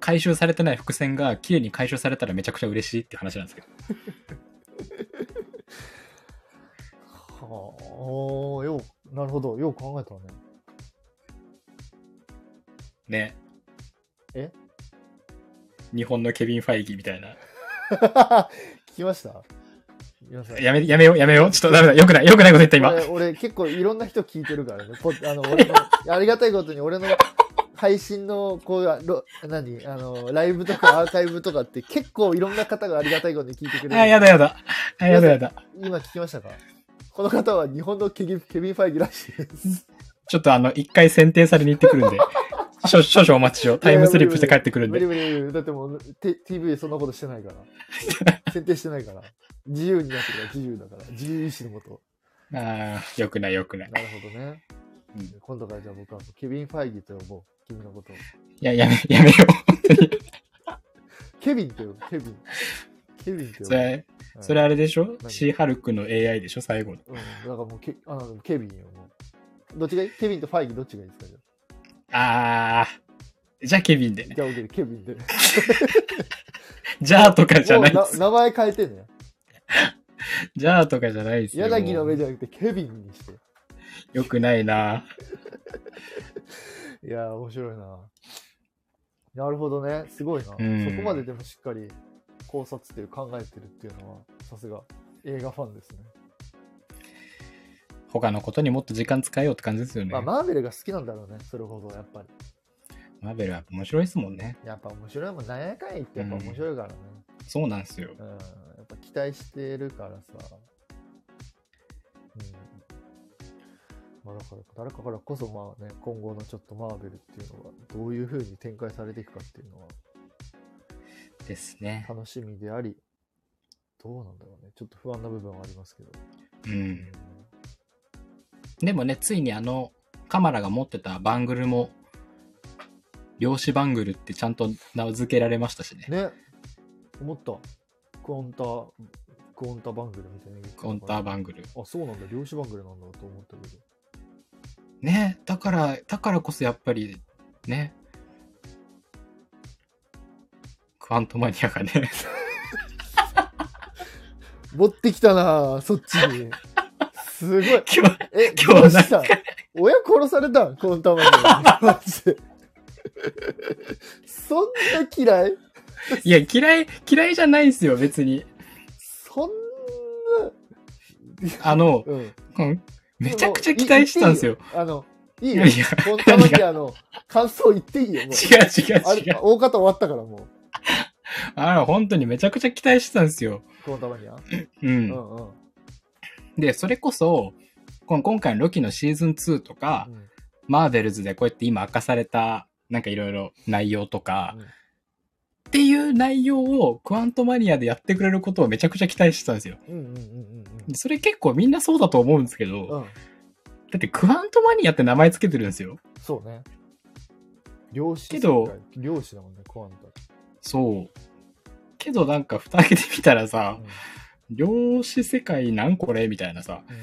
回収されてない伏線が綺麗に回収されたらめちゃくちゃ嬉しいっていう話なんですけど。
はあ、おーよう、なるほど。よう考えたらね。
ね。
え
日本のケビン・ファイギーみたいな。
聞きました皆さん。
やめ、やめよう、やめよう。ちょっとダメだ。よくない、よくないこと言った今。
俺俺結構いろんな人聞いてるからね。ポあの俺のありがたいことに俺の配信のこうあろ何あのライブとかアーカイブとかって結構いろんな方がありがたいことに聞いてくれる。
あ、やだやだ。あ、やだやだ。
今聞きましたかこの方は日本のケビンケビン・ファイギーらしいです。
ちょっとあの、一回選定されに行ってくるん で。少少々お待ちを。タイムスリップして帰ってくるん
無理
で。
無理無理。だってもうて TV そんなことしてないから。 選定してないから。自由になってるから自由だから。自由意志のこと。
ああ、よくない、よくない。
なるほどね。
うん
今度からじゃあ僕はケビン・ファイギーと呼ぼう。君のことを。
いや、やめ、やめよ
ケビンって呼ぶ、ケビン。ケビンって
う。
呼
それ、
ぶ。
それ
は、
あれでしょ
何
シーハルクの AI でしょ最後の。
うん、だからもうケあのケビンよ、もう。どっちがいいケビンとファイギーどっちがいいですかじゃ
ああ。じゃあ、ケビンで
あ
ね。
じゃあ、OK、ケビンで。
じゃあと かじゃない
も
で
う
す。
名前変えてんのよ。
じゃあとかじゃないですよ。
柳の目じゃなくてケビンにして。
よくないな。
いやー、面白いな。なるほどね。すごいな。そこ
うん
まででもしっかり考察という考えてるっていうのは、さすが映画ファンですね。
他のことにもっと時間使えようって感じですよね。
まあ、マーベルが好きなんだろうね。それほど、やっぱり。
マーベルは面白いですもんね。
やっぱ面白いもん、なんやかんや言ってやっぱ面白いからね。
そうなんですよ。
うんやっぱ期待してるからさ。うん。まあだから、誰かからこそまあね、今後のちょっとマーベルっていうのが、どういう風に展開されていくかっていうのは
ですね。
楽しみであり、どうなんだろうね。ちょっと不安な部分はありますけど。
う。
うん
でもね、ついにあの、カマラが持ってたバングルも、量子バングルってちゃんと名付けられましたしね。
ね、思った。クオンタ、クオンタバングルみたいな。
カウンターバ
ン
ングル。
あ、そうなんだ。量子バングルなんだと思ったけど。
ね、だから、だからこそやっぱり、ね。クワントマニアがね、
持ってきたなあそっちに。すごい。
今日、
え、
今日
どうした親殺されたんこのたまに。マジで。 そんな嫌い
いや、嫌い、嫌いじゃないですよ、別に。
そん
あの、
な。うん。
うんめちゃくちゃ期待してたんですよ。
い。いいあの、いい
い
よ
や。いや、
このたまにあの、感想言っていいよ。もう
違う
あ
違う違
れ
う。、
大方終わったからも
あら、本当にめちゃくちゃ期待してたんですよ。
う、このたまには。
う。
うんんうん。
で、それこそ、この今回のロキのシーズン2とか、
うん
マーベルズでこうやって今明かされた、なんかいろいろ内容とか、
うん
っていう内容をクワントマニアでやってくれることをめちゃくちゃ期待してたんですよ。
うんうんうん
でそれ結構みんなそうだと思うんですけ
うん。う
ど、
ん。
だってクワントマニアって名前つけてるんですよ。
そうね。漁師。
けど、
漁師だもんね、コアンタ。
そう。けどなんか蓋開けてみたらさ
うん、
量子世界なんこれみたいなさ、
うん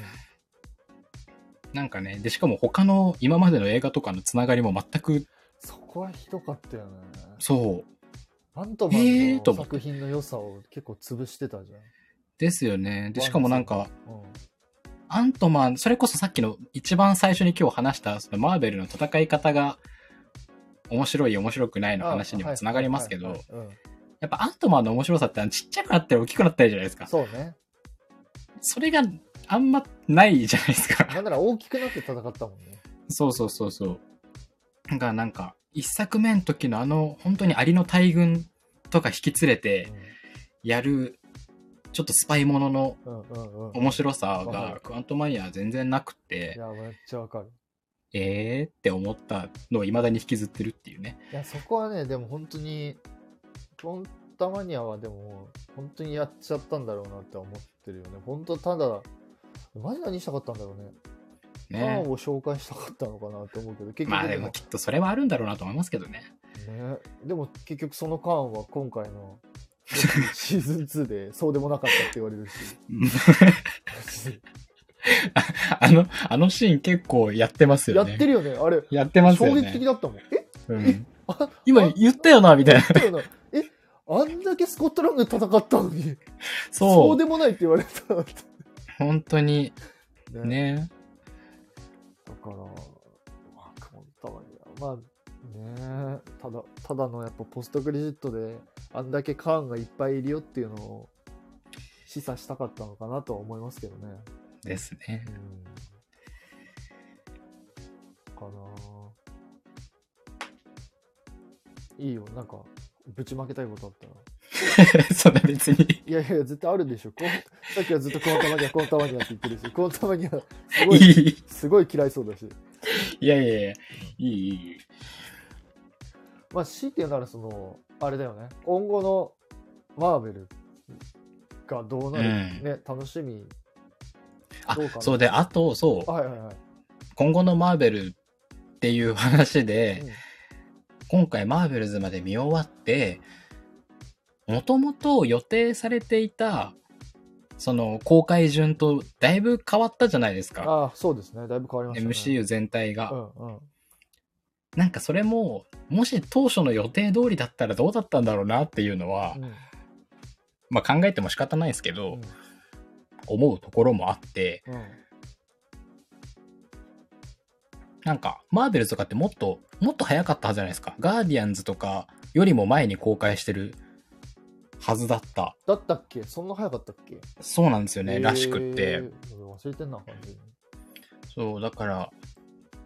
なんかね、で、しかも他の今までの映画とかのつながりも全く、
そこはひどかったよね。
そう、
アントマ
え
ン
ーと
の
思って
作品の良さを結構潰してたじゃん。
ですよね。で、しかもなんか、
うん、
アントマン、それこそさっきの一番最初に今日話した、そのマーベルの戦い方が、面白い面白くないの話にもつながりますけ
はい
ど
はい、はいはい
やっぱアントマンの面白さってあのちっちゃくなったり大きくなったりじゃないです
うん
か。
そうね。
それがあんまないじゃないで すか。
なんなら大きくなって戦ったもんね。
そうそうそうそう。がなんか、一作目の時のあの、本当にアリの大群とか引き連れてやる、ちょっとスパイものの
うんうんうんうん。
面白さ
わか
が
る、
クアントマニアは全然なく
い
て、
や、めっちゃわかる。
えーって思ったのを未だに引きずってるっていうね。
いや、そこはね、でも本当に、ポンタマニアはでも、本当にやっちゃったんだろうなって思ってるよね。本当ただ、マジ何したかったんだろうね。ファ
ね
ンを紹介したかったのかなって思うけど、結局
まあでもきっとそれはあるんだろうなと思いますけどね。
ね、でも結局その間は今回 のシーズン2でそうでもなかったって言われるし
あの、あのシーン結構やってます
や
よ
っ
ね。
てるよねあれ、
やってます
衝
よ
撃的
ね。
だったもんえ
うん、
あ
今言ったよな、みたい な。
だよなえあんだけスコットランドで戦ったのにそう
そう。
でもないって言われた
本当に、
ね
ね
だから、まあ、カウンターはね、まあね、ただ、ただのやっぱポストクレジットで、あんだけカーンがいっぱいいるよっていうのを示唆したかったのかなとは思いますけどね。
ですね
うん。かなぁいいよ、なんか、ぶちまけたいことあったら。
そんな別に
いやいや、絶対あるでしょ。こうさっきはずっとコーンタマニア、コーンタマニアって言ってるし、コーンタマニア、すご
い
い、
い
すごい嫌いそうだし。
いやいやいやいいいい
まあ、強いて言うならそのあれだよね今後のマーベルがどうなる、
うん
ね楽しみ
あ
どうかな
そうであとそう
あはいはいはい、
今後のマーベルっていう話で、
うん
今回マーベルズまで見終わって、もともと予定されていた、その公開順とだいぶ変わったじゃないですか。
ああそうですねだいぶ変わりましたね
MCU 全体が、
うんうん
なんかそれも、もし当初の予定通りだったらどうだったんだろうなっていうのは、
うん
まあ考えても仕方ないですけど、思うところもあって、
うん
なんか、マーベルズとかってもっと、もっと早かったはずじゃないですか。ガーディアンズとかよりも前に公開してるはずだった。
だったっけそんな早かったっけ
そうなんですよね、
えー
らしくって。
忘れてんな感じ
そう、だから、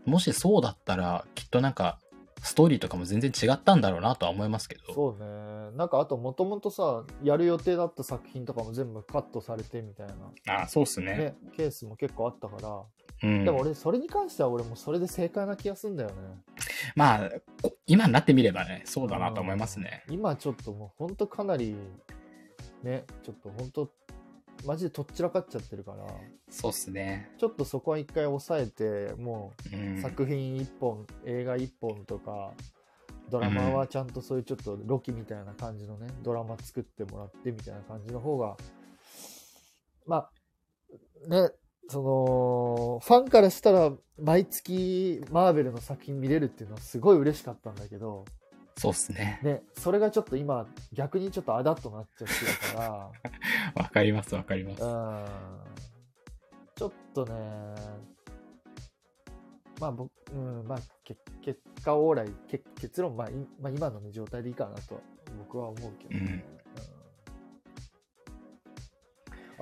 もしそうだったら、きっとなんか、ストーリーとかも全然違ったんだろうなとは思いますけど。
そうねなんかあともともとさやる予定だった作品とかも全部カットされてみたいな、
あそうっすね
ね、ケースも結構あったから、
うん
で。も俺それに関しては俺もそれで正解な気がすんだよね
まあ、こ今になってみればね、そうだなと思いますね。
うん。今ちょっともう本当かなり、ね、ちょっと本当、マジでとっちらかっちゃってるから、
そうっすね。
ちょっとそこは一回抑えて、も
う。
うん作品一本、映画一本とか、ドラマはちゃんとそういうちょっとロキみたいな感じのね、ドラマ作ってもらってみたいな感じの方が、まあ、ね、その、ファンからしたら毎月マーベルの作品見れるっていうのはすごい嬉しかったんだけど、
そうっすね。
ね、それがちょっと今、逆にちょっとあだっとなっちゃってるか
わかります、わか ります。
ら、うん、ちょっとね、まあ僕、うん、まあけ結果往来、け結論、まあ、いまあ今の、ね、状態でいいかなと僕は思うけどね。うん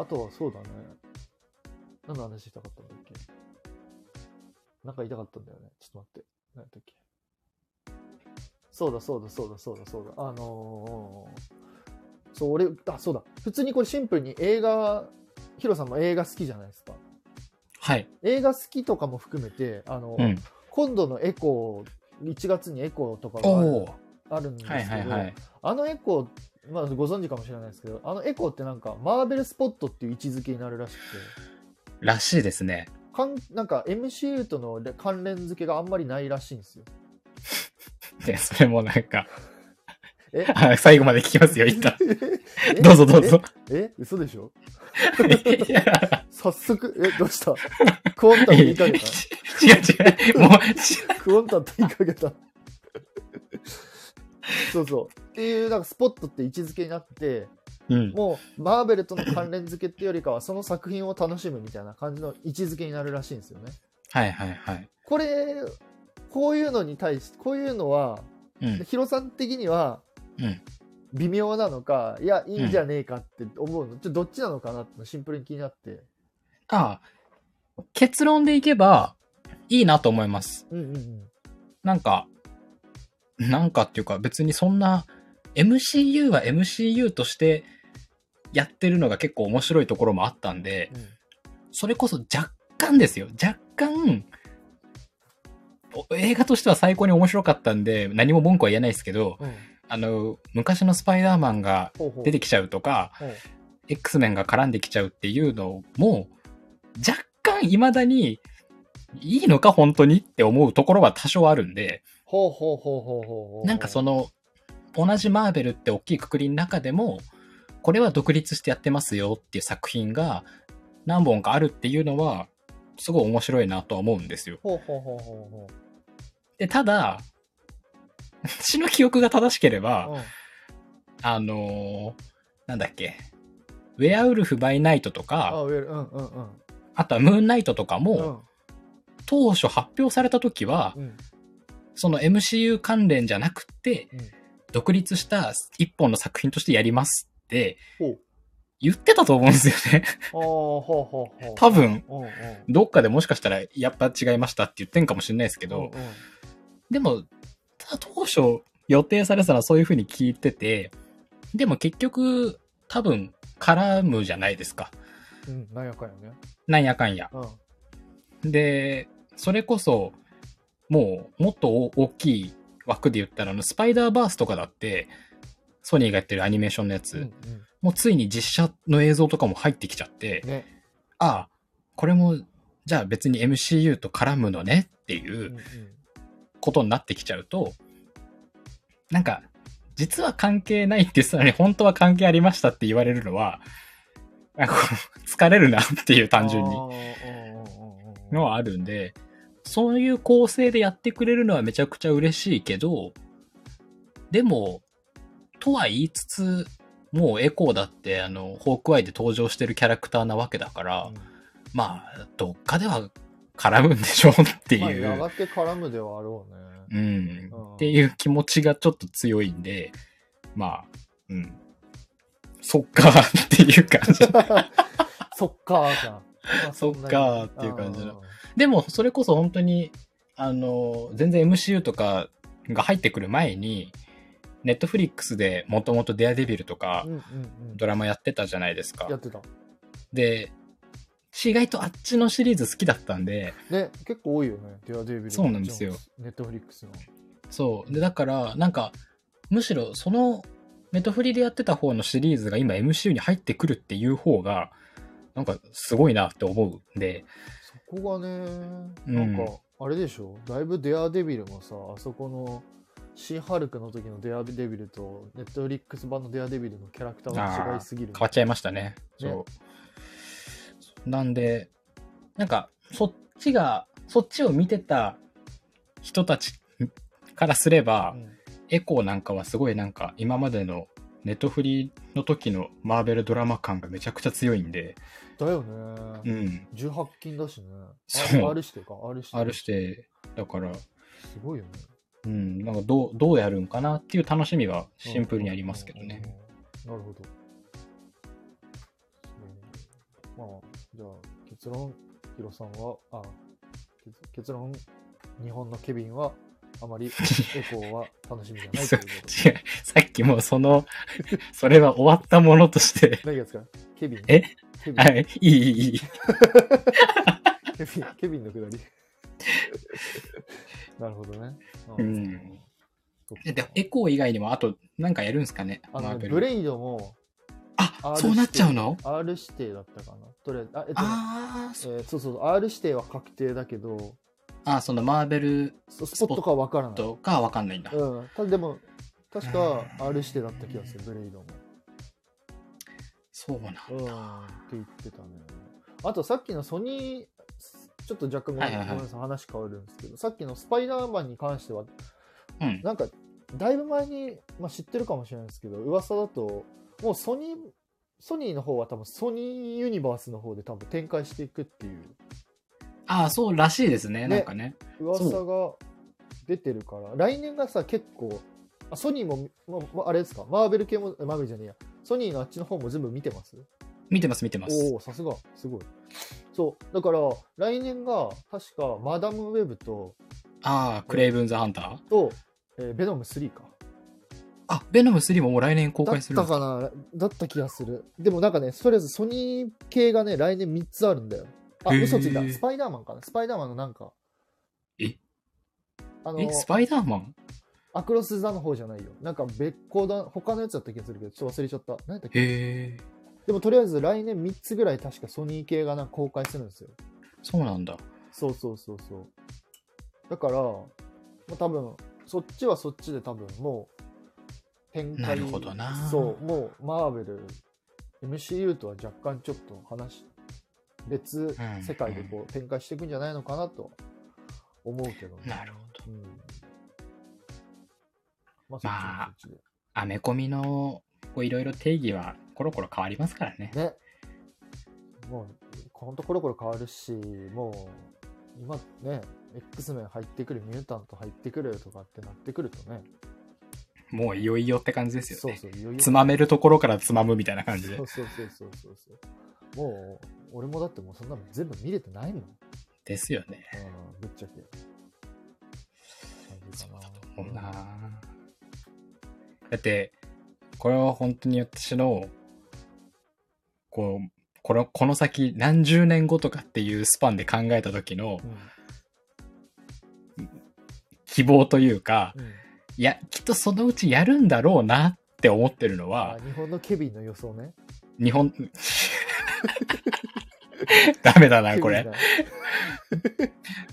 あとはそうだね。何の話したかったんだっけなんか言いたかったんだよね。ちょっと待って。何だっけそうだそうだそうだそうだそうだ。あのーそう、俺、あ、そうだ。普通にこれシンプルに映画、ヒロさんも映画好きじゃないですか。
はい。
映画好きとかも含めて、あの、
うん。
今度のエコー、1月にエコーとかがあ
お
る
おー
あるんですけ
は
ど、
いはいはい。
あのエコー、まあ、ご存知かもしれないですけど、あのエコーってなんか、マーベルスポットっていう位置づけになるらしくて、
らしいですね。
かんなんか MCU との関連付けがあんまりないらしいんですよ。
で、それもなんか、
え
あ最後まで聞きますよ、一旦。
え
どうぞどうぞ。
ええ嘘でしょ
いや
早速、え、どうしたクオンタン言い かけた
違う違う。もう、し
クオンタンって言いかけた。そうそう。っていう、なんかスポットって位置づけになって、
うん。
もうマーベルとの関連付けってよりかはその作品を楽しむみたいな感じの位置づけになるらしいんですよね。
はいはいはい。
これこういうのに対してこういうのは
うん。
ヒロさん的には
うん
微妙なのかいやいいんじゃねえかって思うの、ちょっとどっちなのかなってシンプルに気になって。
ああ結論でいけば、いいなと思います。
うんうんうん
なんか、なんかっていうか別にそんな、MCU は MCU としてやってるのが結構面白いところもあったんで、それこそ若干ですよ。若干、お映画としては最高に面白かったんで、何も文句は言えないですけど、
うんうん
あの、昔のスパイダーマンが
ほうほう
出てきちゃうとか、
ほう
X メンが絡んできちゃうっていうのも、若干未だに、いいのか本当にって思うところは多少あるんで、
ほうほうほうほうほうほう
なんかその、同じマーベルって大きいくくりの中でも、これは独立してやってますよっていう作品が何本かあるっていうのは、すごい面白いなとは思うんですよ。
ほうほうほうほうほう
で、ただ、 私の記憶が正しければ、
うん
あのーなんだっけ、ウェアウルフ・バイ・ナイトと
あ
か、
ウェルうんうんうん
あとはムーンナイトとか
う
も、
ん
当初発表された時は、
うん
その MCU 関連じゃなくて、
うん
独立した一本の作品としてやりますって
ほう
言ってたと思うんですよね。
ああほうほうほう
多分、
うんうん
どっかでもしかしたらやっぱ違いましたって言ってんかもしれないですけど、
うんうん
でも、ただ当初予定されてたらそういう風に聞いてて、でも結局多分絡むじゃないですか。
うん、なんやかんやね。
なんやかんや。
うん。
で、それこそ、もうもっと大きい枠で言ったらあの、スパイダーバースとかだって、ソニーがやってるアニメーションのやつ、
うん
もうついに実写の映像とかも入ってきちゃって
うん、ね。
ああ、これも、じゃあ別に MCU と絡むのねっていううん
うん
ことになってきちゃうと、なんか、実は関係ないって言ってたのに、本当は関係ありましたって言われるのは、なんかこう疲れるなっていう単純に
あーうんうんうんうん
のはあるんで、そういう構成でやってくれるのはめちゃくちゃ嬉しいけど、でも、とは言いつつ、もうエコーだって、あの、ホークアイで登場してるキャラクターなわけだから、まあ、どっかでは絡むんでしょうって
まあ、
いう。
やがて絡むではあろうね。
うん
うん
っていう気持ちがちょっと強いんで、まあ、うん。そっかーっていう感じ。
そっかーじゃん。まあ
そっ
ん
か
なに
ーっていう感じの
あ
でも、それこそ本当に、あの、全然 MCU とかが入ってくる前に、ネットフリックスでもともとデアデビルと
ー
か
うんうんうん。
ドラマやってたじゃないですか
や。ってた。
で、意外とあっちのシリーズ好きだったんで、
ね、結構多いよね。デアデビル。
そうなんですよ。
ネットフリックスの。
そう。で、だから、なんか、むしろその、ネットフリでやってた方のシリーズが今 MCU に入ってくるっていう方が、なんかすごいなって思うんで、
そこがね、
うん
なんか、あれでしょだいぶデアデビルもさ、あそこの、シーハルクの時のデアデビルと、ネットフリックス版のデアデビルのキャラクターが違いすぎるね。
変わっちゃいましたね。そう。
ね
なんで、なんか、そっちが、そっちを見てた人たちからすれば、
うん
エコーなんかはすごいなんか、今までのネットフリの時のマーベルドラマ感がめちゃくちゃ強いんで、
だよね。
うん。
18禁だしね。
そう
あ R してか、R して。
あるして、だから、
すごいよね。
うん、なんかどう、どうやるんかなっていう楽しみはシンプルにありますけどね。
うん。なるほど。そうまあ、じゃあ、結論、ヒロさんは、あ、結結論、日本のケビンは、あ まりエコーは楽しみじゃないということで。
違う、さっきもうその、それは終わったものとして、
何がですかケビン
え
ケビン
はい、いい、いい、いい。
ケビンケビンのくだ り。なるほどね。う
う
ん
ん。
そっか
ででエコー以外にも、あと、なんかやるんですかね
あの
マーベ
ね、
ル
ブレイドも、
あ、
R
そうなっちゃうの
R 指定だったかな。とりあえず、あ、えっとね、
あー
え
そ
ーそうそうそう、R 指定は確定だけど、
あー、そのマーベル
そスポットかわからない。
とかわかんないんだ。
うん、ただでも、確か R 指定だった気がする、ブレイドも。
そうな。
うん、って言ってたね。あとさっきのソニー、ちょっと若干ごめん,、
はいはいはい
ごめんなさい、話変わるんですけど、さっきのスパイダーマンに関しては、
うん。
なんか、だいぶ前に、まあ、知ってるかもしれないですけど、噂だと、もうソニー、ソニーの方は多分ソニーユニバースの方で多分展開していくっていう
ああ、そうらしいですね、
ね
なんかね。
噂が出てるから来年がさ結構あソニーも、ままあれですかマーベル系もえマーベルじゃねえやソニーのあっちの方も全部見てます
見てます、見てます。
おおさすがすごいそうだから来年が確かマダムウェブと
ああ、クレイブンズ・ハンター。
と、えーベノム3か
あ、ベノム3ももう来年公
だっ
開するん
た
ですか
かなだった気がするでもなんかねとりあえずソニー系がね来年3つあるんだよあ
へー
嘘ついたスパイダーマンかなスパイダーマンのなんか
え
あの
え、スパイダーマン
アクロス・ザの方じゃないよ。なんか別個だ、他のやつだった気がするけど、ちょっと忘れちゃった。何やったっけ
へえ、
でもとりあえず来年3つぐらい確かソニー系がなんか公開するんですよ。
そうなんだ。
そうそうそうそう。だから、まあ、多分、そっちはそっちで多分もう、展開。
なるほどな
そう、もうマーベル、MCU とは若干ちょっと話、別
うん
世界でこう展開していくんじゃないのかなとは思うけどね。
なるほど。
うん。まあそっちはそっちで。
アメコミのこういろいろ定義はコロコロ変わりますからね。
ね。もう、ほんとコロコロ変わるし、もう、今ね、X 面入ってくる、ミュータント入ってくるとかってなってくるとね。
もういよいよって感じですよ
そう
ね。
そう、いよいよ。
つまめるところからつまむみたいな感じで
そ。うそうそうそうそうそう。もう、俺もだってもうそんなの全部見れてないもん。
ですよね。
うん、ぶっちゃけ。感じかな
もうなあだって、これは本当に私の、こう、この、この先何十年後とかっていうスパンで考えた時の希望というか、
うんうん
いや、きっとそのうちやるんだろうなって思ってるのは
あ、日本のケビンの予想ね。
日本、 ダメだな、
ケ
これ。
ビ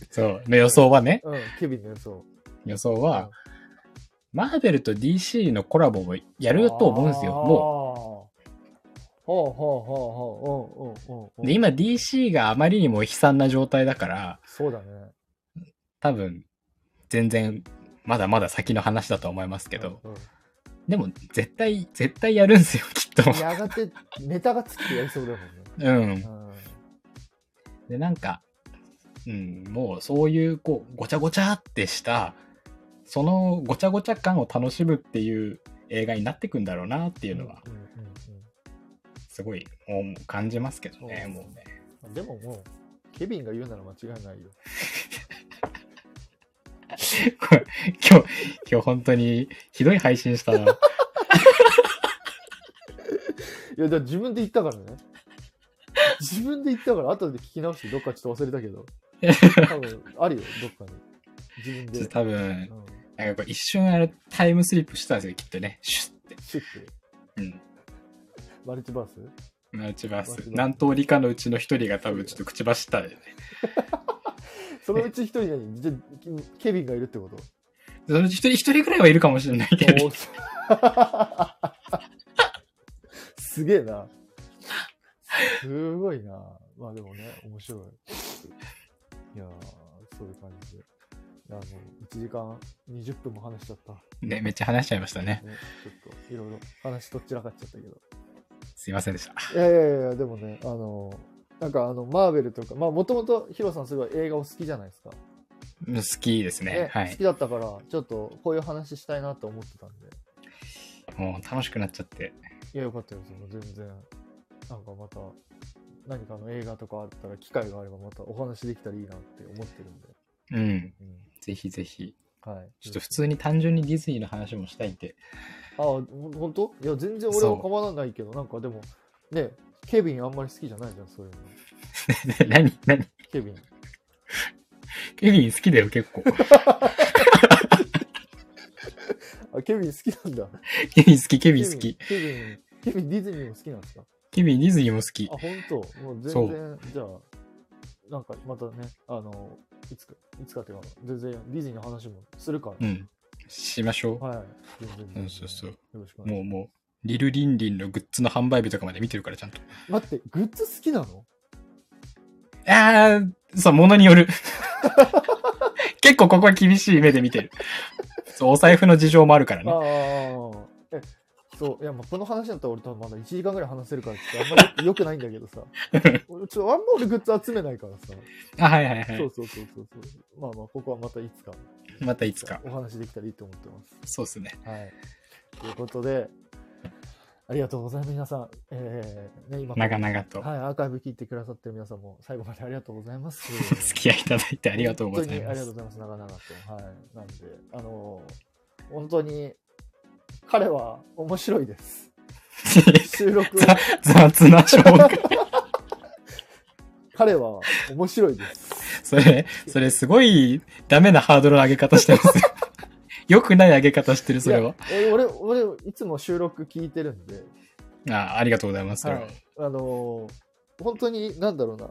そう。の予想はね、
ンだ。うん、ケビンの予想。
予想は、マーベルと DC のコラボもやると思うんですよ、も
もう。ほうほうほうほう。うんうんうんう
う。
ん
で、今 DC があまりにも悲惨な状態だから、
そうだね。
多分、全然、まだまだ先の話だと思いますけど、
うんうん
でも、絶対、絶対やるんですよ、 きっと。
やがてネタがつきてやりそうだもんね。
う
う。
ん
ん
で、なんか、うん、もうそういう、こう、ごちゃごちゃってした、そのごちゃごちゃ感を楽しむっていう映画になってくんだろうなっていうのは、
んんうん
すごい、もう感じますけどね、
そう
もうね。
うんでももう、ケビンが言うなら間違いないよ。
これ今日、今日本当にひどい配信したな。
いや、だから自分で言った からね。自分で言ったから、後で聞き直してどっかちょっと忘れたけ ど。多分、あるよ、どっかに。自分
ちょっ
で
と。多分、
うん
なんかこれ一瞬あれタイムスリップしたんですよ、きっとね。シュッて。
シュッて。
うん。
マルチバース
マルチバー
マル
ス
チ。バース
何通りかのうちの一人が多分ちょっと口走ったよね。
そのうち一人何じゃケビンがいるってこと
そのうち一人一人ぐらいはいるかもしれない けど。
おーすげえな。すごいな。まあでもね、面白い。いやー、そういう感じで。いや、もう1時間20分も話しちゃった。
ね、めっちゃ話しちゃいましたね。
ね、ちょっといろいろ話とっちらかっちゃったけど。
すいませんでした。
いやいやいや、でもね、あの、なんかあの、マーベルとか、まあもともとヒロさんすごい映画お好きじゃないですか。
うん好きですね
ね。
は
好
い
き。だったから、ちょっとこういう話したいなと思ってたんで。
もう楽しくなっちゃって。
いや、よかったですよ。もう全然。なんかまた、何かの映画とかあったら、機会があればまたお話できたらいいなって思ってるんで。
うん。
う
ぜひぜひ。
ん。はい。
ちょっと普通に単純にディズニーの話もしたいん で。
あ、ほんといや、全然俺は構わないけど、なんかでも、ね、ケビンあんまり好きじゃないじゃん、そういうの。
何何
ケビン。
ケビン好きだよ、結構。
あ、ケビン好きなんだ。
ケビン好き、ケ
ケ
ビン好き。
ケビン、ケビンディズニーも好きなんですか
ケビンディズニーも好き
あ、。ほんともう
そ
全然、じゃあ、なんかまたね、あの、いつか、いつかっていうか、全然ディズニーの話もするから。
うん。しましょ
はい。全然全然
うんそうそう
よろしくお
う。
願いし
もうもう、リルリンリンのグッズの販売日とかまで見てるから、ちゃんと。
ます。待って、グッズ好きなの
あー、そう、ものによる。結構ここは厳しい目で見てる。そう、お財布の事情もあるからね。
ああ。え、そう、いや、まあ、この話だったら俺多分まだ1時間ぐらい話せるから、ちょっとあんま りよ良くないんだけどさ。俺、ちょっとあんま俺グッズ集めないからさ。
あ、はいはいは
そう
い。
そうそうそうそう。まあまあ、ここはまたいつか。
またいつか。
お話できたらいいと思ってます。
そうっすね。
はい。ということで、ありがとうございます、皆さん。えー、ね、今から
長々と。
はい、アーカイブ聞いてくださってる皆さんも最後までありがとうございます。
お 付き合いいただいてありがとうござい
本当にあ
ま
りがと
す
う。ございます、長々と。はい。なんで、あのー本当に、彼は面白いです。収 録、
雑な紹介。
彼は面白いです。
それ、それすごいダメなハードルの上げ方して ますよ。良くない上げ方してる、それは。
いや。俺、俺、俺いつも収録聞いてるんで、
あありがとうございます。それは
はい。あのー本当に、なんだろうな、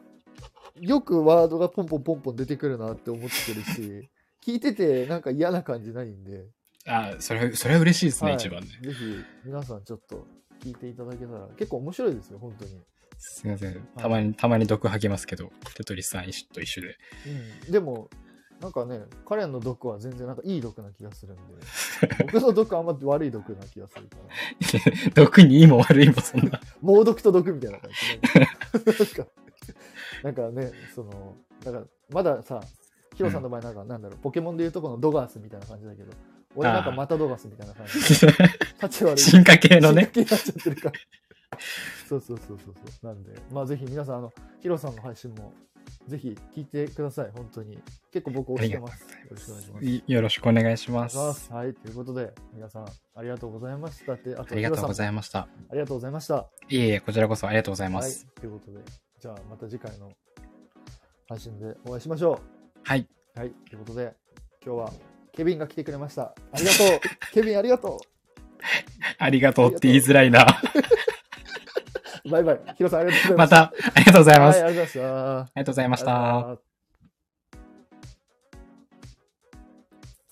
よくワードがポンポンポンポン出てくるなって思ってる し、聞いててなんか嫌な感じないんで、
あそれ、それは嬉しいですね、
はい
一番ね。
ぜひ皆さんちょっと聞いていただけたら結構面白いですよ本当に、
すいません。たまに、たまに毒吐きますけど、テトリスさん一緒と一緒で。
うん、でもなんかね彼の毒は全然なんかいい毒な気がする んで僕の毒はあんま悪い毒な気がするから
毒にいいも悪いもそんな。
猛毒と毒みたいな感じ、ね、なんかなんかね、その、だから、まださ、ヒロさんの場合なんか、なんだろう、ポケモンでいうとこのドガースみたいな感じだけど、俺なんかまたドガースみたいな感じ。立ち悪い。
進化系のね。
進化系になっちゃってるから。そうそうそうそうそう。なんで、まあぜひ皆さん、あの、ヒロさんの配信も、ぜひ聞いてください、本当に。結構僕推してます。よろしくお願いします。
いよろしくお願いし
お願
ま
い
す
し。ますはい、ということで、皆さん、ありがとうございました。で、あ
あ
と、
り
ヒ
が
ロさ
とう
も
んございました。
ありがとうございました。
いえいえ、こちらこそありがとうございま
はい
す。、
ということで、じゃあまた次回の配信でお会いしましょ
はい。
う。はい、ということで、今日はケビンが来てくれました。ありが とうケビンありがと
ありがとうって言いづらいな。
うバイバイ。ヒロさんありがとうございま
ま
した。
た、ありがとうございます。
はい、
あ
ありがとうございました。
りがとうございました。
ありがとうございました。